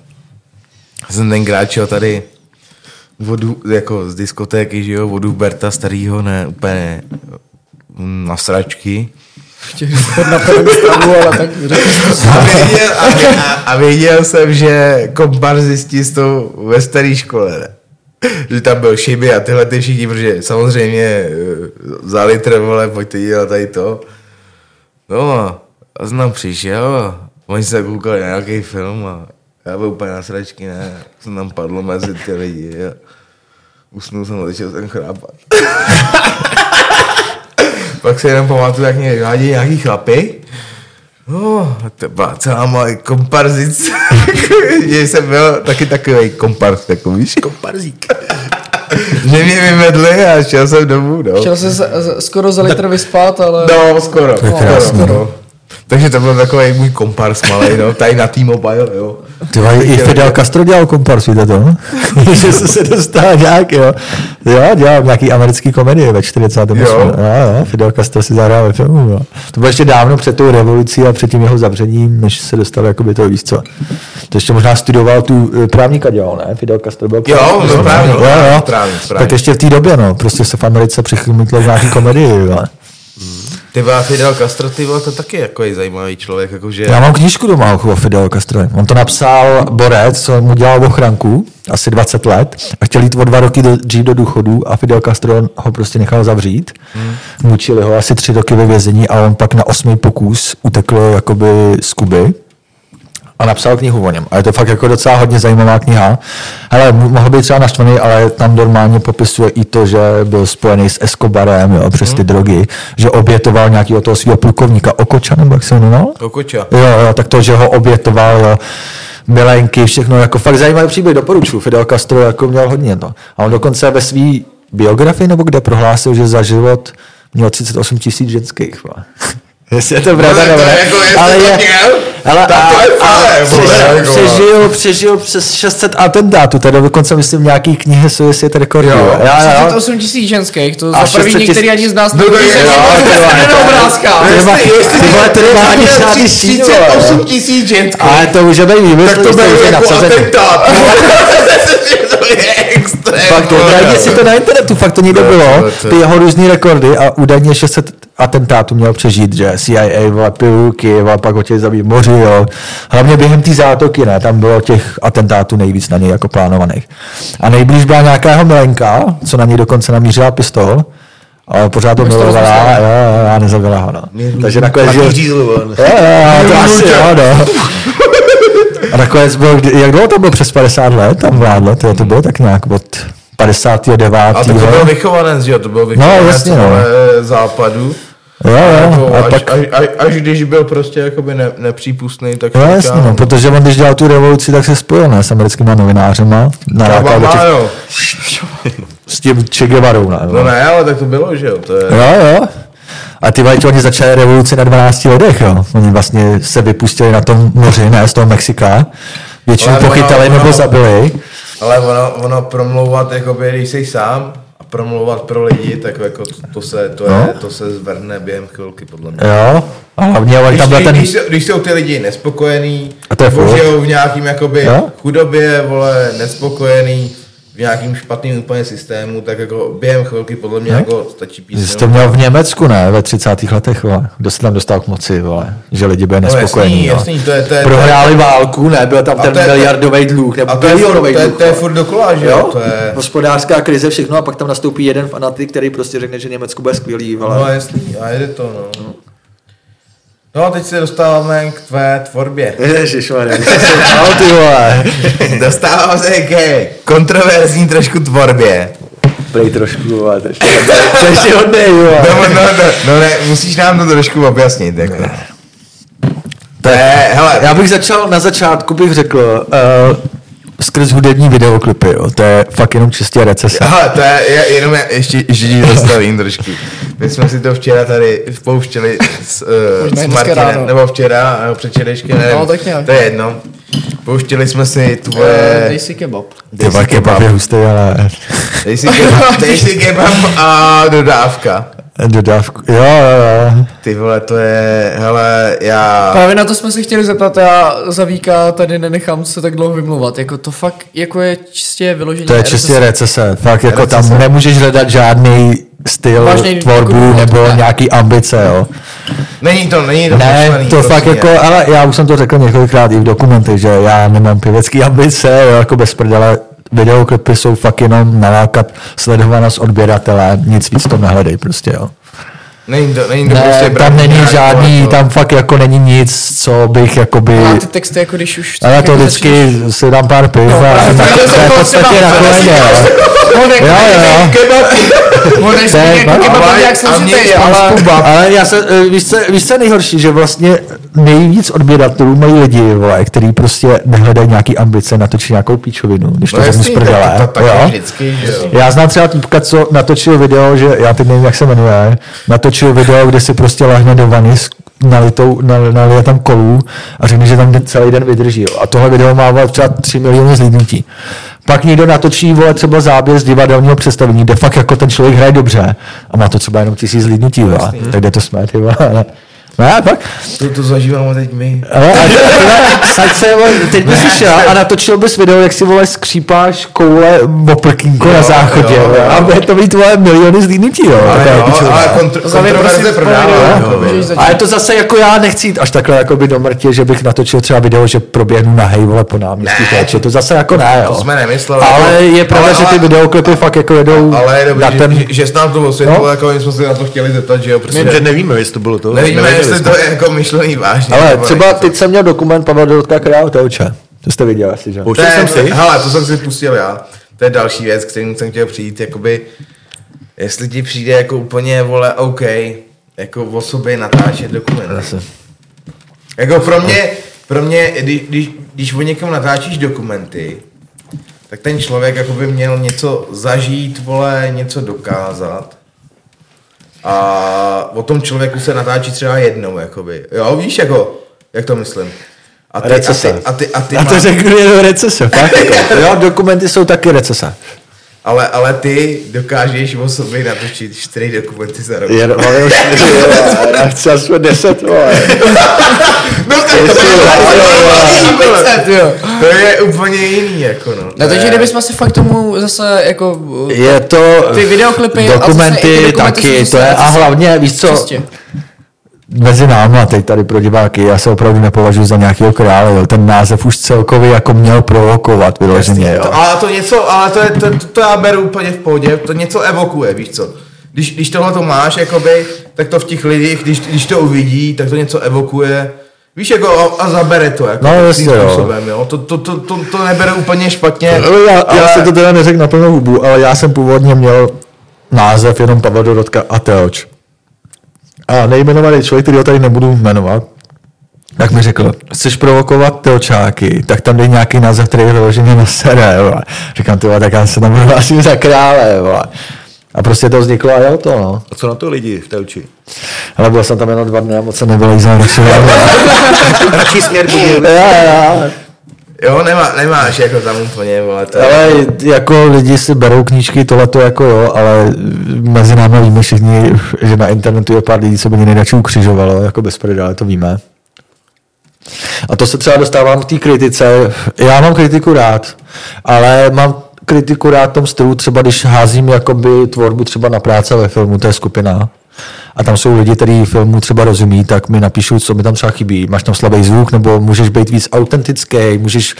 Speaker 1: Já jsem tenkrát šel tady vodu, jako z diskotéky, že jo, vodu Berta starýho, ne, úplně mm, na sračky.
Speaker 2: Pod na první stranu, ale tak řekl jsi to
Speaker 1: A věděl, a, vě- a, a věděl jsem, že komparzisti jsou ve staré škole, ne? Že tam byl Šiby a tyhle ty všichni, protože samozřejmě eh, za litr, vole, pojďte dělat tady to. No a a jsem tam přišel a oni se koukali na nějaký film a já byl úplně na sračky, ne? Jsem tam padl mezi ty lidi a usnul jsem a začal jsem chrápat. Pak se jenom pamatuju, jak mě žádí nějaký chlapy. No, a to byla celá moje komparzice. že jsem byl taky takový komparz, jako víš, komparzík. že mě vyvedli a šel jsem domů, no.
Speaker 2: Šel se z- z- skoro za litr vyspat, ale...
Speaker 1: No, skoro.
Speaker 3: je
Speaker 1: skoro,
Speaker 3: krásný. no.
Speaker 1: skoro. Takže to byl takový můj kompars malý, no, tady na T-Mobile, jo.
Speaker 3: Ty vole, i Fidel Castro dělal komparsu, víte to? že se se dostal nějak, jo. Jo, dělal nějaký americký komedie ve 48. Jo.
Speaker 1: Jo.
Speaker 3: Jo, jo, Fidel Castro si zahrál ve filmu, jo. To bylo ještě dávno před tou revolucí a před tím jeho zavřením, než se dostal jakoby to víc co. To ještě možná studoval tu eh, právníka dělal, ne? Fidel Castro byl
Speaker 1: Jo,
Speaker 3: právník,
Speaker 1: byl
Speaker 3: ne?
Speaker 1: právník,
Speaker 3: jo, jo.
Speaker 1: právník,
Speaker 3: Tak
Speaker 1: právník.
Speaker 3: ještě v té době, no, prostě se v Americe přichymitlo v nějaký komedii, jo.
Speaker 1: Ty byla Fidel Castro, ty vole, to taky jako je zajímavý člověk, jakože...
Speaker 3: Já mám knížku doma o Fidel Castro. On to napsal borec, co mu dělal ochranku, asi 20 let, a chtěl jít o dva roky do, dřív do důchodu a Fidel Castro ho prostě nechal zavřít. Hmm. Mučili ho asi tři roky ve vězení a on pak na osmý pokus utekl jakoby z Kuby a napsal knihu o něm. A je to fakt jako docela hodně zajímavá kniha. Hele, m- mohl být třeba naštvaný, ale tam normálně popisuje i to, že byl spojený s Escobarem, jo, přes ty drogy, že obětoval nějakého toho svého plukovníka Okoča, nebo jak se jmenoval?
Speaker 1: Kokoča.
Speaker 3: Jo, jo, tak to, že ho obětoval, jo, milenky, všechno, jako fakt zajímavý příběh, doporučuji. Fidel Castro jako měl hodně to. A on dokonce ve své biografii, nebo kde prohlásil, že za život měl 38 tisíc ženských. vole. Jestli je to pravda,
Speaker 1: to
Speaker 3: nebo ne,
Speaker 1: jako, jestli
Speaker 3: ale
Speaker 1: to
Speaker 3: je,
Speaker 1: měl,
Speaker 3: ale a,
Speaker 1: tak to je
Speaker 3: a,
Speaker 1: fajn, vole,
Speaker 3: přežil,
Speaker 1: jako.
Speaker 3: přežil, přežil přes 600 atentátů, teda dokonce myslím v nějaký knihy jsou, jestli je to rekord. Jo, jo, jo.
Speaker 2: 38 tisíc ženských, to
Speaker 3: A
Speaker 2: za první
Speaker 3: 600 000
Speaker 2: některý ani z nás
Speaker 1: No to je-
Speaker 2: neví,
Speaker 1: jo,
Speaker 2: že-
Speaker 1: to
Speaker 3: je-
Speaker 2: Jenom obrázka.
Speaker 3: To je-
Speaker 1: Jestli-
Speaker 3: Ty
Speaker 1: jestli-
Speaker 3: vole, to nemá ani
Speaker 1: jestli
Speaker 3: žádný síň, vole.
Speaker 1: 38 tisíc ženských.
Speaker 3: Ale to může být výmysl,
Speaker 1: Tak to
Speaker 3: jste
Speaker 1: byl
Speaker 3: už je
Speaker 1: jako
Speaker 3: napsazený.
Speaker 1: atentát. to je extrém.
Speaker 3: Fakt,
Speaker 1: vole.
Speaker 3: najdi si to na internetu, fakt to někde
Speaker 1: Ne,
Speaker 3: bylo,
Speaker 1: tohle to-
Speaker 3: ty jeho různý rekordy a údajně 600 atentátů měl přežít, že CIA, vole, piluky, vole, pak ho chtěli zabít v moři, jo. Hlavně během té zátoky, ne, tam bylo těch atentátů nejvíc na něj jako plánovaných. A nejblíž byla nějaká jeho milenka, co na něj dokonce namířila pistol, ale pořád ho
Speaker 2: jste
Speaker 3: milovala,
Speaker 2: rozmysleli.
Speaker 3: jo, jo, a nezabila ho, no. Takže nakonec žil,
Speaker 4: Takový řízl, vole.
Speaker 3: Jo, jo, jo, to asi jo, no. A nakonec byl, kdy- jak dlouho to bylo? Přes 50 let tam vládlo, to, to bylo tak nějak od 59.
Speaker 1: A tak to byl vychovanec, že jo, to byl vychovanec
Speaker 3: jasně, no.
Speaker 1: vole, západu.
Speaker 3: Jo, jo,
Speaker 1: Jako
Speaker 3: a
Speaker 1: až,
Speaker 3: pak,
Speaker 1: až, až, až, když byl prostě jakoby ne, nepřípustný, tak
Speaker 3: jo,
Speaker 1: říkal,
Speaker 3: jasně, no, protože on když dělal tu revoluci, tak se spojil ne, s americkýma novinářema, narákal do
Speaker 1: Obama,
Speaker 3: těch,
Speaker 1: jo.
Speaker 3: s tím Che Guevarou, ne,
Speaker 1: No
Speaker 3: jo.
Speaker 1: ne, ale tak to bylo, že jo, to je...
Speaker 3: jo, jo. A ty vajti, oni začali revoluci na 12 letech, jo. Oni vlastně se vypustili na tom moři, ne, z toho Mexika. Většinu
Speaker 1: Ale ono-
Speaker 3: pochytali nebo
Speaker 1: ono-
Speaker 3: zabili.
Speaker 1: Ale ono, ono promlouvat, jakoby, když jsi sám a promluvat pro lidi, tak jako to se, to,
Speaker 3: No.
Speaker 1: je, to se zvrhne během chvilky, podle mě.
Speaker 3: Jo, a hlavně, ale
Speaker 1: Když,
Speaker 3: tam byl
Speaker 1: ten...
Speaker 3: ten...
Speaker 1: když, jsou- když jsou ty lidi nespokojení,
Speaker 3: A to je No.
Speaker 1: nebo
Speaker 3: furt.
Speaker 1: žijou v nějakým jakoby
Speaker 3: Jo?
Speaker 1: chudobě, vole, nespokojený, v nějakým špatným úplně systému, tak jako během chvilky podle mě jako stačí
Speaker 3: No. Že jsi to
Speaker 1: písně.
Speaker 3: měl v Německu, ne? Ve 30. letech, vole. Kdo se tam dostal k moci, vole? Že lidi byli
Speaker 1: jasný,
Speaker 3: nespokojení, no.
Speaker 1: jasný, to je- to je-
Speaker 3: Prohráli válku, ne? Byl tam
Speaker 1: A
Speaker 3: ten
Speaker 1: to je-
Speaker 3: miliardový dluh,
Speaker 1: A
Speaker 3: nebo
Speaker 1: to je, furt-
Speaker 3: bilionový
Speaker 1: to, je,
Speaker 3: dluh.
Speaker 1: to je
Speaker 3: vole.
Speaker 1: furt dokola, že jo? To je,
Speaker 3: Hospodářská krize, všechno, a pak tam nastoupí jeden fanatik, který prostě řekne, že Německo bude skvělý, vole.
Speaker 1: no jasný, a jede to, no. No a teď se dostáváme k tvé tvorbě.
Speaker 3: Ježišmarja, no, ty vole.
Speaker 1: Dostáváme se ke kontroverzní trošku tvorbě.
Speaker 3: Prej trošku, vole, to ještě- to ještě hodnej, vole.
Speaker 1: No, no, no, no ne, musíš nám to trošku objasnit, jako. To je, hele,
Speaker 3: Já bych začal, na začátku bych řekl, uh, skrz hudební videoklipy, jo. To je fakt jenom čistě recese.
Speaker 1: Hele, to je, je jenom já ještě, ještě ti zastavím trošku. My jsme si to včera tady pouštěli s, uh,
Speaker 2: Možná
Speaker 1: s
Speaker 2: i dneska ráno.
Speaker 1: Martinem, nebo včera, nebo předčerejškem, nevím.
Speaker 2: No, tak nějak.
Speaker 1: To je jedno. Pouštěli jsme si
Speaker 2: Eh,
Speaker 1: tvoje...
Speaker 2: Dej si kebab.
Speaker 3: Ty vole, kebab je hustý, ale
Speaker 1: Dej si kebab, dej si kebab a dodávka.
Speaker 3: dodávku, jo, jo, jo.
Speaker 1: Ty vole, to je, hele, já...
Speaker 2: Právě na to jsme se chtěli zeptat, já za víka tady nenechám se tak dlouho vymluvat, jako to fakt jako je čistě vyloženě
Speaker 3: To je
Speaker 2: RSS.
Speaker 3: čistě recese, fakt jako recese.
Speaker 1: Recese.
Speaker 3: tam nemůžeš hledat žádný styl
Speaker 2: Vážný
Speaker 3: tvorbu
Speaker 2: jako-
Speaker 3: nebo
Speaker 2: ne.
Speaker 3: nějaký ambice, jo.
Speaker 1: Není to, není to
Speaker 3: Ne,
Speaker 1: pošlený,
Speaker 3: to fakt
Speaker 1: prostě.
Speaker 3: jako, ale já už jsem to řekl několikrát i v dokumentech, že já nemám pěvecký ambice, jo, jako bez prdele, videoklipy jsou fakt jenom nalákat sledovanost odběratele, nic víc to nehledej prostě, jo.
Speaker 1: Není to, není to prostě...
Speaker 3: Ne, tam
Speaker 1: brát
Speaker 3: není
Speaker 1: nějak,
Speaker 3: žádný,
Speaker 1: vole, to-
Speaker 3: tam fakt jako není nic, co bych jakoby...
Speaker 2: A ty texty jako když už...
Speaker 3: Ale
Speaker 2: jako
Speaker 3: to
Speaker 2: začneš-
Speaker 3: vždycky si dám pár piv a
Speaker 2: právě
Speaker 3: tak-
Speaker 2: No, to
Speaker 3: to je
Speaker 2: jsem
Speaker 3: v podstatě
Speaker 2: potřeba-
Speaker 3: na koleně, jo.
Speaker 2: Modrý-
Speaker 3: Jo, jo.
Speaker 2: Modrý
Speaker 3: To je-
Speaker 2: sníh jako kebab
Speaker 1: Ale-
Speaker 2: je nějak
Speaker 1: a mě-
Speaker 2: složitý,
Speaker 1: a-
Speaker 2: ale...
Speaker 3: ale, ale já se, eh, víš co, víš co je nejhorší, že vlastně nejvíc odběratelů mají lidi, vole, který prostě nehledají nějaký ambice, natočí nějakou píčovinu, když to
Speaker 1: No
Speaker 3: vezmu
Speaker 1: jasný,
Speaker 3: z
Speaker 1: tak
Speaker 3: prdele.
Speaker 1: to- to tak
Speaker 3: jo.
Speaker 1: je vždycky, že jo.
Speaker 3: Já znám třeba týpka, co natočil video, že já teď nevím, jak se jmenuje, natočil video, kde si prostě lahne do vany s nalitou, nal- nalije tam kolů a řekne, že tam den- celý den vydrží. Jo. A tohle video má vole, třeba 3 miliony zhlídnutí. Pak někdo natočí vole, třeba záběr z divadelního představení, kde fakt jako ten člověk hraje dobře a má to třeba jenom tisíc zhlídnutí. Vole. Tak kde to jsme, ty vole. ale- No a pak,
Speaker 1: To, to zažíváme teď my.
Speaker 3: ale a tyhle, saď se, vole, teď bys šel a natočil bys video, jak si vole skřípáš koule oprkínko na záchodě.
Speaker 1: jo,
Speaker 3: vole,
Speaker 1: jo.
Speaker 3: A bude to mít tvoje miliony zlínutí, jo.
Speaker 1: Ale,
Speaker 3: to je
Speaker 1: jo,
Speaker 3: pičovina.
Speaker 1: ale jako kontr-
Speaker 2: To za mě
Speaker 1: kontroverze
Speaker 2: prosím
Speaker 1: prodává.
Speaker 2: povedu,
Speaker 1: jakoby.
Speaker 2: prostě můžeš začít.
Speaker 3: a je to zase jako já nechci jít až takhle jakoby do mrtě, že bych natočil třeba video, že proběhnu na vole po náměstí Péče. To zase jako ne, jo.
Speaker 1: To jsme nemysleli. jako-
Speaker 3: Ale je pravda,
Speaker 1: Ale-
Speaker 3: že ty
Speaker 1: ale-
Speaker 3: videoklipy fakt jako jedou
Speaker 1: Ale je
Speaker 3: na
Speaker 1: dobrý,
Speaker 3: ten...
Speaker 1: že, že jsi nám to osvětlil,
Speaker 3: No.
Speaker 1: jako my jsme se na to chtěli zeptat, že jo,
Speaker 4: Myslím, že
Speaker 1: protože
Speaker 4: nevíme, jestli to bylo to.
Speaker 1: nevíme,
Speaker 4: Nevěděli
Speaker 1: jestli
Speaker 4: jsme.
Speaker 1: to je jako myšlený vážně.
Speaker 3: Ale
Speaker 1: nebo
Speaker 3: třeba
Speaker 1: nejsem.
Speaker 3: teď jsem měl dokument Pavel Dorotka Král Teuče. To jste viděl asi, že?
Speaker 1: To
Speaker 4: Pouštěl
Speaker 1: je,
Speaker 4: jsem si.
Speaker 1: Hele, to jsem si pustil já. To je další věc, kterým jsem chtěl přijít, jakoby, jestli ti přijde jako úplně, vole, OK, jako o sobě natáčet dokument. Jako pro mě, pro mě když, když, když o někom natáčíš dokumenty, tak ten člověk jako by měl něco zažít, vole, něco dokázat. A o tom člověku se natáčí třeba jednou, jakoby. Jo, víš, jako, jak to myslím. A ty, a ty,
Speaker 3: Recese.
Speaker 1: a ty, a ty
Speaker 3: Já to
Speaker 1: máš-
Speaker 3: řeknu jenom recese, fakt jako. Jo, dokumenty jsou taky recese.
Speaker 1: Ale, ale ty dokážeš o sobě natočit čtyři dokumenty za rok.
Speaker 3: Jenom, no, ale už já chci aspoň deset, vole.
Speaker 1: No tak to,
Speaker 3: Jestli-
Speaker 1: je-
Speaker 3: jo,
Speaker 1: to, je-
Speaker 2: Ty jo.
Speaker 1: to je úplně jiný, jako no.
Speaker 2: No
Speaker 1: To
Speaker 2: takže
Speaker 1: je-
Speaker 2: kdybychom si fakt tomu zase jako...
Speaker 3: Je to
Speaker 2: Ty videoklipy a zase i ty
Speaker 3: dokumenty,
Speaker 2: dokumenty
Speaker 3: taky,
Speaker 2: jsou
Speaker 3: to je,
Speaker 2: zase-
Speaker 3: a hlavně, víš co,
Speaker 2: Čistě.
Speaker 3: mezi náma teď tady pro diváky, já se opravdu nepovažuji za nějakého krále, jo. ten název už celkově jako měl provokovat vyloženě, jo.
Speaker 1: To, ale to něco, ale to, je, to, to, to já beru úplně v pohodě, to něco evokuje, víš co. Když, když tohle to máš, jakoby, tak to v těch lidích, když, když to uvidí, tak to něco evokuje. Víš, jako a, a zabere to, jako
Speaker 3: No,
Speaker 1: tím
Speaker 3: jasně, jo.
Speaker 1: způsobem, jo. To, to, to, to, to nebere úplně špatně.
Speaker 3: Ale já, ale... já jsem to teda neřekl na plnou hubu, ale já jsem původně měl název jenom Pavel Dorotka a Teoč. A nejmenovaný člověk, který ho tady nebudu jmenovat, tak mi řekl, chceš provokovat teočáky, tak tam dej nějaký název, který je vyloženě na sere, vole. Říkám, ty vole, tak já se tam prohlásím za krále, vole. A prostě to vzniklo a jel to, no.
Speaker 4: A co na to lidi v Telči?
Speaker 3: Ale byl jsem tam jenom dva dny a moc jsem nebyl jízel,
Speaker 4: Radši směr
Speaker 3: Jo, jo.
Speaker 1: Jo, nemá, nemáš jako tam úplně, vole, to je...
Speaker 3: Ale jako lidi si berou knížky, tohleto jako jo, ale mezi námi víme všichni, že na internetu je pár lidí, co by mě nejradši ukřižovalo, jako bez predále, to víme. A to se třeba dostávám k té kritice. Já mám kritiku rád, ale mám kritiku rád v tom stylu, třeba když házím jakoby tvorbu třeba na práce ve filmu, to je skupina. A tam jsou lidi, kteří filmu třeba rozumí, tak mi napíšou, co mi tam třeba chybí. Máš tam slabý zvuk, nebo můžeš být víc autentický, můžeš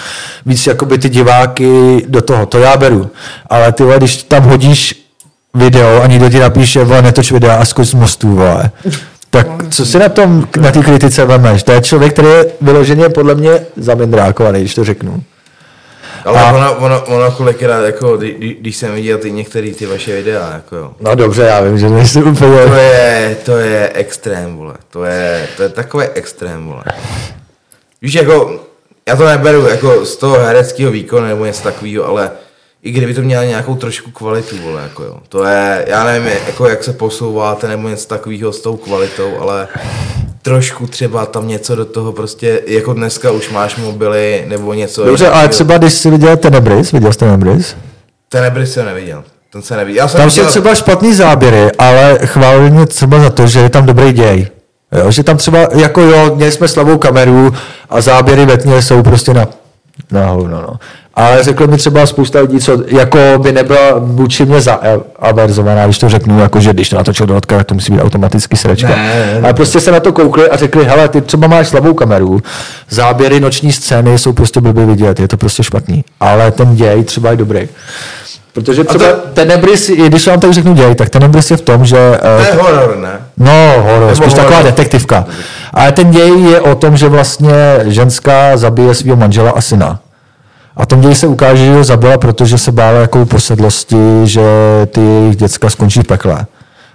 Speaker 3: víc jakoby ty diváky do toho, to já beru. Ale ty vole, když tam hodíš video a někdo ti napíše, vole, netoč videa a zkus z mostů, vole. Tak co si na tom, na té kritice vemeš? To je člověk, který je vyloženě podle mě zamindrákovaný, když to řeknu.
Speaker 1: Ale
Speaker 3: A-
Speaker 1: a... ono, ono, ono kolikrát, jako, kdy- kdy- když jsem viděl ty některé ty vaše videa, jako jo.
Speaker 3: No dobře, já vím, že nejsi úplně...
Speaker 1: To je, to je extrém, vole. To je, to je takové extrém, vole. Víš, jako, já to neberu jako z toho hereckého výkonu nebo něco takového, ale i kdyby to mělo nějakou trošku kvalitu, vole, jako jo. To je, já nevím, jako jak se posouváte nebo něco takového s tou kvalitou, ale trošku třeba tam něco do toho prostě, jako dneska už máš mobily nebo něco.
Speaker 3: Dobře, ale třeba když jsi viděl Tenebris, viděl jsi Tenebris?
Speaker 1: Ten nebry jsem neviděl. Ten se neviděl. Já jsem
Speaker 3: Tam jsou
Speaker 1: viděl-
Speaker 3: třeba špatný záběry, ale chválili mě třeba za to, že je tam dobrý děj. Jo, že tam třeba, jako jo, měli jsme slabou kameru a záběry ve tmě jsou prostě na, na hovno, no. Ale řekl mi třeba spousta lidí, co jako by nebyla vůči mě zaaverzovaná, když to řeknu, jako že když to natočil do odkara, to musí být automaticky sračka.
Speaker 1: Ne, ne,
Speaker 3: Ale prostě se na to koukli a řekli, hele, ty třeba máš slabou kameru, záběry noční scény jsou prostě blbě vidět, je to prostě špatný. Ale ten děj třeba je dobrý. Protože třeba
Speaker 1: to-
Speaker 3: Tenebris, i když vám tak řeknu děj, tak Tenebris je v tom, že...
Speaker 1: To
Speaker 3: eh,
Speaker 1: je horor, ne?
Speaker 3: No, horor, spíš
Speaker 1: horor.
Speaker 3: taková detektivka. Ale ten děj je o tom, že vlastně ženská zabije svého manžela a syna. A v tom ději se ukáže, že ho zabila, protože se bála jakou posedlosti, že ty jejich děcka skončí v pekle.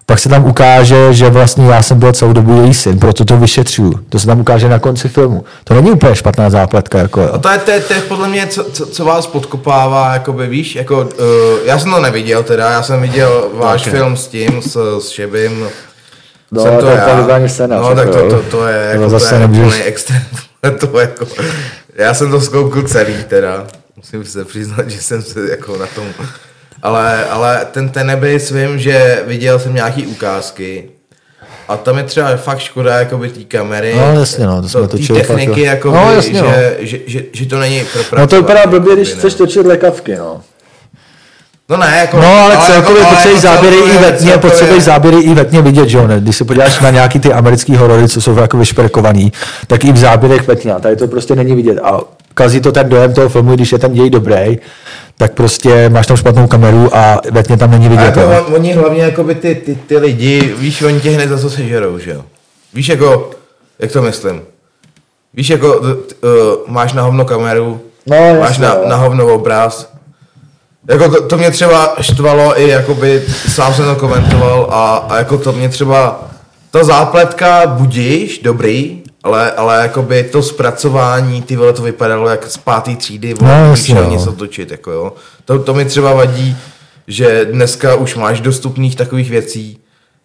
Speaker 3: Pak se tam ukáže, že vlastně já jsem byl celou dobu její syn, proto to vyšetřuju. To se tam ukáže na konci filmu. To není úplně špatná zápletka. Jako, jo.
Speaker 1: A to je, to, je, to je podle mě, co, co, co vás podkopává, jakoby, víš, jako, uh, já jsem to neviděl teda, já jsem viděl váš okay. film s tím, s, s Šebim.
Speaker 3: No,
Speaker 1: jsem
Speaker 3: to je totální scénář,
Speaker 1: No, tak
Speaker 3: jako,
Speaker 1: to, to,
Speaker 3: jo.
Speaker 1: to je,
Speaker 3: No,
Speaker 1: jako,
Speaker 3: zase
Speaker 1: to je
Speaker 3: nemůžeš-
Speaker 1: úplný extrém. to jako, já jsem to zkoukl celý teda, musím se přiznat, že jsem se jako na tom, ale, ale ten Tenebris vím, že viděl jsem nějaký ukázky, a tam je třeba fakt škoda jakoby té kamery.
Speaker 3: No, jasně, no, to jsme
Speaker 1: té
Speaker 3: točili fakt, jo.
Speaker 1: techniky, jakoby,
Speaker 3: No, jasně,
Speaker 1: že,
Speaker 3: no.
Speaker 1: že, že, že to není pro
Speaker 3: No to vypadá
Speaker 1: jakoby,
Speaker 3: blbě, když
Speaker 1: ne.
Speaker 3: chceš točit lekavky, no.
Speaker 1: No ne, jako...
Speaker 3: No, ale celkově
Speaker 1: ale
Speaker 3: potřebuješ
Speaker 1: jako
Speaker 3: záběry i
Speaker 1: celkově-
Speaker 3: ve tmě,
Speaker 1: celkově-
Speaker 3: potřebuješ záběry i ve tmě vidět, že jo, ne? Když se podíváš na nějaký ty americký horory, co jsou jako vyšperkovaný, tak i v záběrech ve tmě, a tady to prostě není vidět. A kazí to ten dojem toho filmu, když je ten děj dobrý, tak prostě máš tam špatnou kameru a ve tmě tam není
Speaker 1: A
Speaker 3: vidět.
Speaker 1: jako
Speaker 3: jo.
Speaker 1: on- oni hlavně, jakoby ty, ty, ty lidi, víš, oni tě hned za co sežerou, že jo? Víš, jako, jak to myslím? Víš, jako, t- t- uh, máš na hovno kameru,
Speaker 3: No, jasně,
Speaker 1: máš na,
Speaker 3: jo.
Speaker 1: na hovno obraz. Jako to, to mě třeba štvalo i, jakoby, sám jsem to komentoval a, a jako to mě třeba, ta zápletka budíš, dobrý, ale, ale jakoby to zpracování, ty vole, to vypadalo jak z páté třídy, vole,
Speaker 3: No,
Speaker 1: no,
Speaker 3: jasně,
Speaker 1: víš,
Speaker 3: no.
Speaker 1: něco to točit, jako jo. To, to mi třeba vadí, že dneska už máš dostupných takových věcí.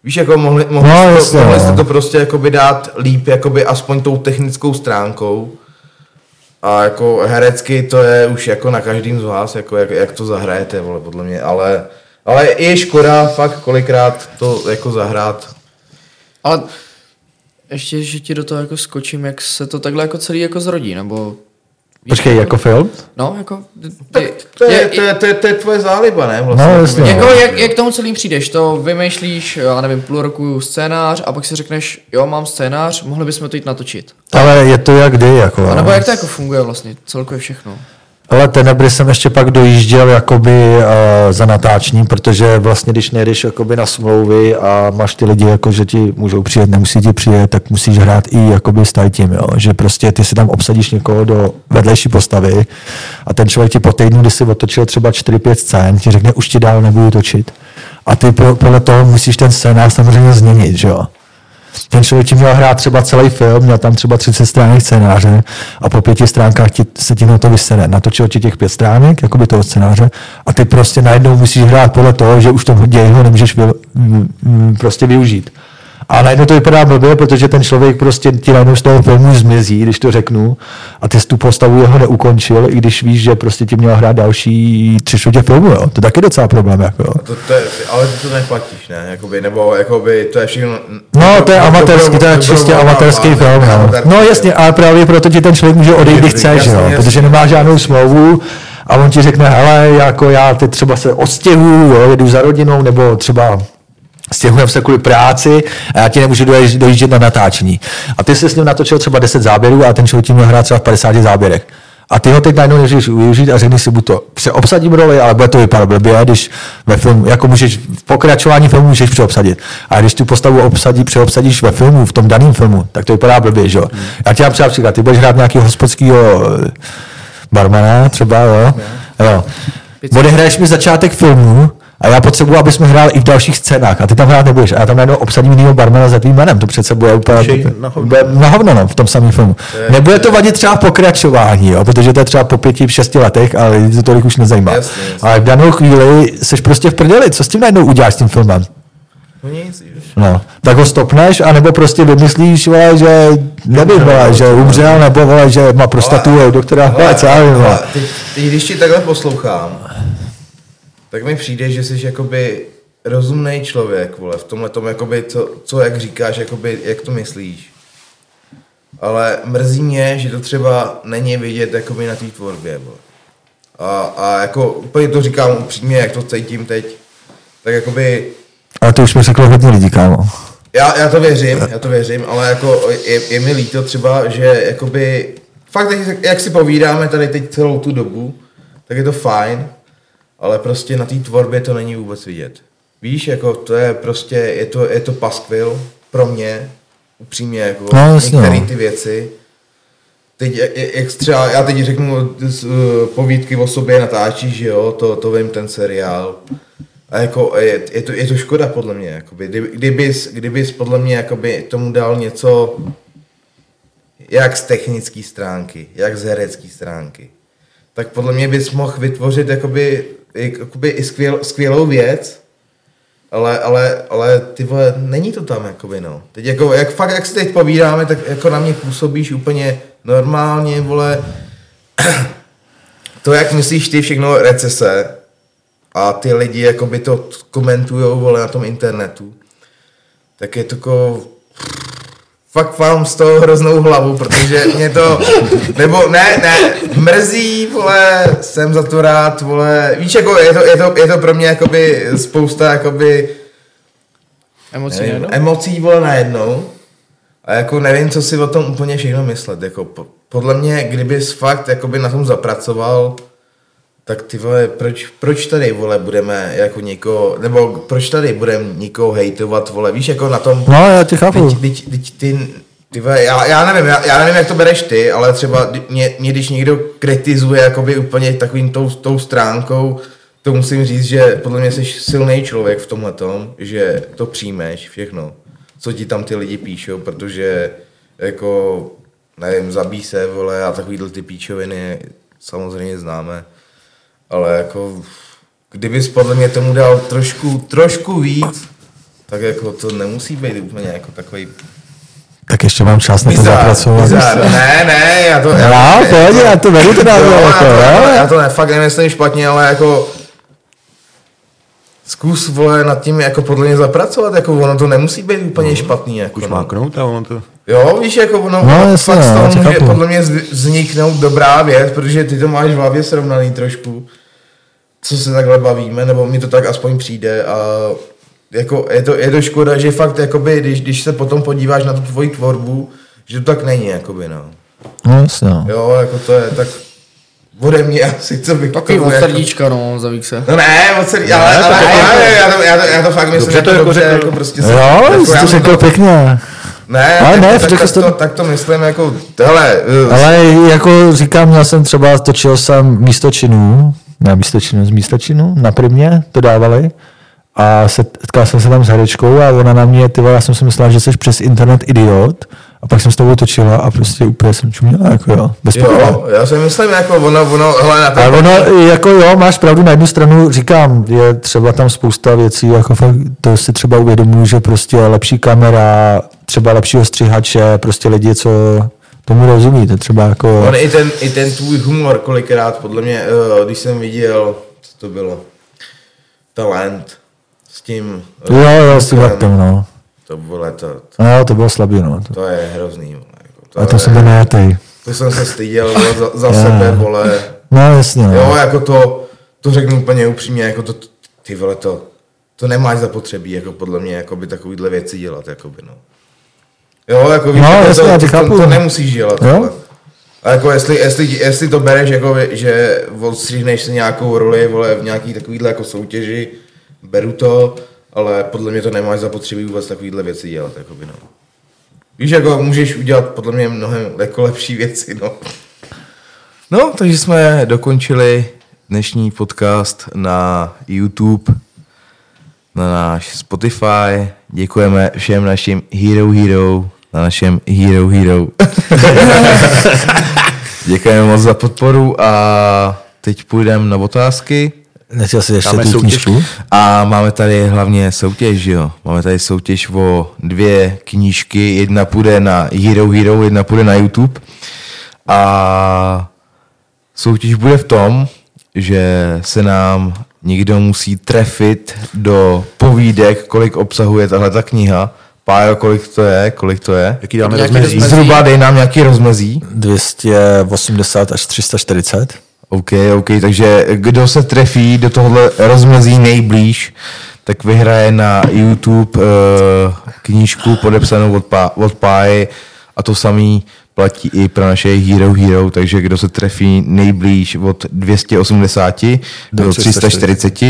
Speaker 1: Víš, jako mohli, mohli,
Speaker 3: No,
Speaker 1: no,
Speaker 3: jasně,
Speaker 1: jste, to, mohli
Speaker 3: no.
Speaker 1: jste to prostě jakoby dát líp, jakoby aspoň tou technickou stránkou. A jako herecky to je už jako na každým z vás, jako jak, jak to zahrajete, vole, podle mě, ale, ale je škoda fakt kolikrát to jako zahrát.
Speaker 2: Ale ještě, že ti do toho jako skočím, jak se to takhle jako celý jako zrodí, nebo... víš,
Speaker 3: Počkej, jako film?
Speaker 2: No, jako... ty-
Speaker 1: To je,
Speaker 2: je-
Speaker 1: to je, to je, to je tvoje záliba, ne? Vlastně,
Speaker 3: No,
Speaker 1: Jako
Speaker 3: jasně,
Speaker 1: mě-
Speaker 2: Jako, jak, jak k tomu celým přijdeš, to vymýšlíš, já nevím, půl roku scénář a pak si řekneš, jo, mám scénář, mohli bychom to jít natočit.
Speaker 3: Ale je to jak kdy, jako.
Speaker 2: A
Speaker 3: jo.
Speaker 2: nebo jak to jako funguje vlastně, celkově všechno.
Speaker 3: Ale Tenebry jsem ještě pak dojížděl jakoby uh, za natáční, protože vlastně když nejdeš jakoby na smlouvy a máš ty lidi, jako, že ti můžou přijet, nemusí ti přijet, tak musíš hrát i jakoby s tady tím, jo? že prostě ty si tam obsadíš někoho do vedlejší postavy a ten člověk ti po týdnu, kdy si otočil třeba 4-5 scén, ti řekne, už ti dál nebudu točit. A ty po- podle toho musíš ten scénář samozřejmě změnit, že jo ten člověk ti měl hrát třeba celý film, měl tam třeba 30 stránek scénáře a po pěti stránkách ti, se ti na to vysene. Natočil ti těch pět stránek, jakoby toho scénáře, a ty prostě najednou musíš hrát podle toho, že už to děje, ho nemůžeš vy, m, m, prostě využít. A najednou to vypadá blbě, protože ten člověk prostě ti najednou z toho filmu zmizí, když to řeknu, a ty jsi tu postavu jeho neukončil, i když víš, že prostě ti měl hrát další tři čtvrtě filmu, jo. To je taky docela problém, jako. jo.
Speaker 1: To, to je, ale ty to neplatíš, ne? Jakoby, nebo jakoby, to je všechno...
Speaker 3: No, to je amatérský, to je čistě amatérský film, no. No jasně, ale právě proto ti ten člověk může odejít, když chce, že jo,
Speaker 1: Jasně, jasně.
Speaker 3: protože nemá žádnou smlouvu a on ti řekne, hele, jako já teď třeba se odstěhuju, jo, jedu za rodinou, nebo třeba stěhujeme se kvůli práci a já ti nemůžu dojež- dojíždět na natáčení. A ty jsi s ním natočil třeba 10 záběrů a ten člověk ti měl hrát třeba v 50 záběrech. A ty ho teď najednou můžeš využít a řekneš si, buď to přeobsadím roli, ale bude to vypadat blbě, když ve filmu, jako můžeš v pokračování filmu můžeš přeobsadit. A když tu postavu obsadí, přeobsadíš ve filmu, v tom daném filmu, tak to vypadá blbě, že jo.
Speaker 4: Hmm.
Speaker 3: Já ti dám třeba příklad, ty budeš hrát nějakého hospodského eh, barmana třeba, jo. jo. Odehraješ mi začátek filmu a já potřebuji, abys mi hrál i v dalších scénách a ty tam hrát nebudeš. A já tam najednou obsadím jiného barmana za tvým jménem, to přece bude úplně
Speaker 4: Všej na hovno.
Speaker 3: bude na hovno, no, v tom samém filmu. Nebude to vadit třeba v pokračování, jo, protože to je třeba po pěti, šesti letech, ale lidi to tolik už nezajímá.
Speaker 1: Jasně, jasně.
Speaker 3: Ale v danou chvíli jsi prostě v prdeli, co s tím najednou uděláš s tím filmem?
Speaker 1: No nic, že?
Speaker 3: No, tak ho stopneš, anebo prostě vymyslíš, vole, že nevím, vole, že umřel, nebo vole, že má prostatu, ale, doktora, vole, co já vím, vole.
Speaker 1: teď, teď, když ti takhle poslouchám, tak mi přijde, že jsi jakoby rozumný člověk, vole, v tomhle tom, jakoby, co, co, jak říkáš, jakoby, jak to myslíš. Ale mrzí mě, že to třeba není vidět jakoby na té tvorbě, vole. A, a jako úplně to říkám upřímně, jak to cítím teď, tak jakoby
Speaker 3: Ale to už mi řeklo hodně lidí, kámo.
Speaker 1: já, já to věřím, já to věřím, ale jako je, je mi líto třeba, že jakoby, fakt jak, jak si povídáme tady teď celou tu dobu, tak je to fajn, ale prostě na té tvorbě to není vůbec vidět. Víš, jako to je prostě, je to, je to paskvil pro mě, upřímně, jako
Speaker 3: No, jasně,
Speaker 1: některé
Speaker 3: no.
Speaker 1: ty věci. Teď, jak, jak- jak třeba, já teď řeknu z, uh, povídky o sobě natáčí, že jo, to, to vím, ten seriál. A jako je, je, to, je to škoda podle mě, jakoby. Kdyby, kdybys, kdybys podle mě jakoby tomu dal něco jak z technické stránky, jak z herecké stránky, tak podle mě bys mohl vytvořit jakoby, jakoby i skvěl, skvělou věc, ale, ale, ale ty vole, není to tam, jakoby, no. Teď jako, jak fakt, jak si teď povídáme, tak jako na mě působíš úplně normálně, vole. To, jak myslíš ty všechno recese a ty lidi, jakoby to komentujou, vole, na tom internetu, tak je to jako, fakt mám z toho hroznou hlavu, protože mě to, nebo ne, ne, mrzí, vole, jsem za to rád, vole, víš, jako je to, je to, je to pro mě jakoby spousta jakoby
Speaker 2: Emocí,
Speaker 1: nevím,
Speaker 2: ne?
Speaker 1: emocí, vole, najednou a jako nevím, co si o tom úplně všechno myslet, jako po, podle mě, kdybys fakt jakoby na tom zapracoval, tak ty vole, proč, proč tady, vole, budeme jako někoho, nebo proč tady budeme někoho hejtovat, vole, víš, jako na tom...
Speaker 3: No, já tě chápu.
Speaker 1: Teď, teď, teď ty, ty vole, já, já, nevím, já, já, nevím, jak to bereš ty, ale třeba kdy- mě, mě když někdo kritizuje jakoby úplně takovým tou, tou stránkou, to musím říct, že podle mě jsi silný člověk v tomhle tom, že to přijmeš všechno, co ti tam ty lidi píšou, protože jako, nevím, zabí se, vole, a takovýhle ty píčoviny samozřejmě známe, ale jako, kdybys podle mě tomu dal trošku, trošku víc, tak jako to nemusí být úplně jako takový
Speaker 3: Tak ještě mám čas na to zapracovat.
Speaker 1: bizár. Ne, ne, já to...
Speaker 3: Já,
Speaker 1: já,
Speaker 3: pohodě, já to beru teda,
Speaker 1: Jo,
Speaker 3: no,
Speaker 1: já,
Speaker 3: jako,
Speaker 1: to, já, to,
Speaker 3: jo.
Speaker 1: já to ne, fakt nemyslím špatně, ale jako... Zkus, vole, nad tím jako podle mě zapracovat, jako ono to nemusí být úplně špatný, jako
Speaker 4: Už
Speaker 1: no.
Speaker 4: má knout a on to...
Speaker 1: Jo, víš, jako ono,
Speaker 3: No,
Speaker 1: ono
Speaker 3: jasně,
Speaker 1: fakt z
Speaker 3: já
Speaker 1: toho
Speaker 3: tě
Speaker 1: může
Speaker 3: chápu.
Speaker 1: podle mě z- vzniknout dobrá věc, protože ty to máš v hlavě srovnaný trošku, co se takhle bavíme, nebo mi to tak aspoň přijde a jako je to, je to škoda, že fakt, jakoby, když, když se potom podíváš na tu tvoji tvorbu, že to tak není, jakoby, no.
Speaker 3: No, jasně, no.
Speaker 1: Jo, jako to je tak ode mě asi, co bych
Speaker 2: Takový
Speaker 1: jako-
Speaker 2: odstrdíčka, no, zavík se.
Speaker 1: No ne, od srdí, ale, ale,
Speaker 3: jako-
Speaker 1: ale, já, to, já, to, já to fakt myslím,
Speaker 4: Dobře
Speaker 1: jako
Speaker 4: to jako
Speaker 1: dobře,
Speaker 4: řekl.
Speaker 1: jako prostě se-
Speaker 3: Jo,
Speaker 1: jako
Speaker 3: jsi
Speaker 1: já
Speaker 3: to
Speaker 1: mu
Speaker 3: řekl pěkně.
Speaker 1: ne,
Speaker 3: Ale
Speaker 1: tak,
Speaker 3: ne,
Speaker 1: tak,
Speaker 3: řekl
Speaker 1: tak,
Speaker 3: jsi to-
Speaker 1: to, tak to myslím jako, hele, ale,
Speaker 3: Ale jako říkám, já jsem třeba točil jsem místo činů, ne místo činů, z místa činů, na primě to dávali. a setkal jsem se tam s Herečkou a ona na mě, ty vole, já jsem si myslel, že jsi přes internet idiot a pak jsem s tou točila a prostě úplně jsem čuměl, jako jo, bez jo.
Speaker 1: Jo, já si myslím, jako ono, ono, hele, na
Speaker 3: Ale
Speaker 1: ten,
Speaker 3: ono, jako jo, máš pravdu, na jednu stranu říkám, je třeba tam spousta věcí, jako fakt, to si třeba uvědomuji, že prostě lepší kamera, třeba lepšího střihače, prostě lidi, co tomu rozumí, to třeba jako...
Speaker 1: on i ten, i ten tvůj humor kolikrát, podle mě, eh, když jsem viděl, co to bylo, talent s tím... eh,
Speaker 3: Jo, jo, s tím
Speaker 1: Zuckerem.
Speaker 3: laktem, no.
Speaker 1: To vole, to,
Speaker 3: No, to bylo slabý, no. To,
Speaker 1: to je hrozný, vole, jako,
Speaker 3: a to
Speaker 1: je-
Speaker 3: jsem byl najatej.
Speaker 1: To jsem se styděl vole, za, za sebe, vole.
Speaker 3: No, jasně,
Speaker 1: Jo,
Speaker 3: no.
Speaker 1: jako to, to řeknu úplně upřímně, jako to, ty vole, to, to nemáš zapotřebí, jako podle mě, jako by takovýhle věci dělat, jako by, no. Jo, jako víš,
Speaker 3: No,
Speaker 1: jako
Speaker 3: jasně,
Speaker 1: to,
Speaker 3: já tě
Speaker 1: to,
Speaker 3: chápu.
Speaker 1: to, nemusíš dělat,
Speaker 3: Jo.
Speaker 1: jo? A jako jestli, jestli, jestli to bereš, jako, že odstříhneš si nějakou roli, vole, v nějaký takovýhle jako soutěži, beru to, ale podle mě to nemáš zapotřebí vůbec takovýhle věci dělat, jako by, no. Víš, jako můžeš udělat podle mě mnohem jako lepší věci, no. No, takže jsme dokončili dnešní podcast na YouTube, na náš Spotify. Děkujeme všem našim Hero Hero, na našem Hero Hero. Děkujeme moc za podporu a teď půjdeme na otázky.
Speaker 3: Nechtěl jsi ještě
Speaker 4: Dáme
Speaker 3: tu
Speaker 4: soutěž.
Speaker 3: knížku?
Speaker 1: A máme tady hlavně soutěž, že jo? Máme tady soutěž o dvě knížky, jedna půjde na Hero Hero, jedna půjde na YouTube. A soutěž bude v tom, že se nám někdo musí trefit do povídek, kolik obsahuje tahle ta kniha. Pájo, kolik to je, kolik to je?
Speaker 4: Jaký dáme
Speaker 2: Nějaký
Speaker 4: rozmezí?
Speaker 2: rozmezí.
Speaker 1: Zhruba dej nám nějaký rozmezí.
Speaker 3: 280 až 340.
Speaker 1: OK, OK, takže kdo se trefí do tohohle rozmezí nejblíž, tak vyhraje na YouTube eh, knížku podepsanou od, pá, od Páji a to samý platí i pro naše Hero Hero, takže kdo se trefí nejblíž od 280 do,
Speaker 3: Do
Speaker 1: 340,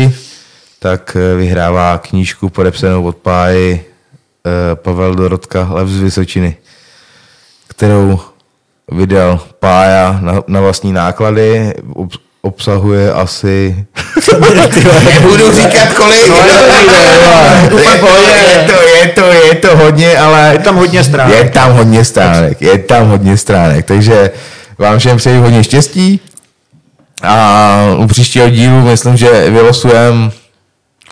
Speaker 1: tak eh, vyhrává knížku podepsanou od Páji eh, Pavel Dorotka Lev z Vysočiny kterou vydal Pája na, na vlastní náklady, ob, obsahuje asi... Nebudu říkat kolik, no, je, to, je, to, je, to, je to hodně, ale... Je
Speaker 4: tam hodně stránek.
Speaker 1: Je tam hodně stránek, je tam hodně stránek, takže vám všem přeji hodně štěstí a u příštího dílu myslím, že vylosujeme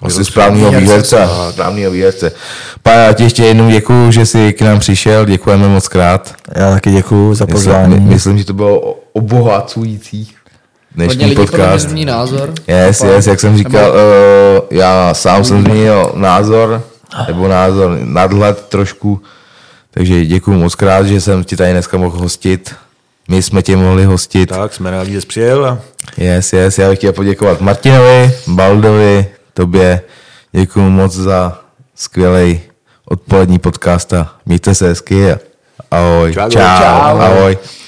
Speaker 1: asi správného výherce. Správného výherce. Pája, já ti ještě jednou děkuju, že jsi k nám přišel, děkujeme moc krát.
Speaker 3: Já taky děkuji za
Speaker 1: Myslím,
Speaker 3: pozvání.
Speaker 1: myslím, že to bylo o- obohacující
Speaker 2: Hodně
Speaker 1: dnešní
Speaker 2: lidí podle mě
Speaker 1: podcast.
Speaker 2: změní názor.
Speaker 1: Yes,
Speaker 3: jako-
Speaker 1: yes, jak jsem říkal,
Speaker 2: Nebo-
Speaker 1: uh, já sám jsem změnil názor, nebo názor, nadhled trošku, takže děkuji moc krát, že jsem ti tady dneska mohl hostit. My jsme tě mohli hostit.
Speaker 4: Tak, jsme rádi, že jsi přijel a
Speaker 1: Yes, yes, já bych chtěl poděkovat Martinovi, Baldovi, tobě. Děkuji moc za skvělý odpolední podcast a mějte se hezky a ahoj.
Speaker 4: Čau,
Speaker 1: čau.
Speaker 4: čau.
Speaker 1: ahoj.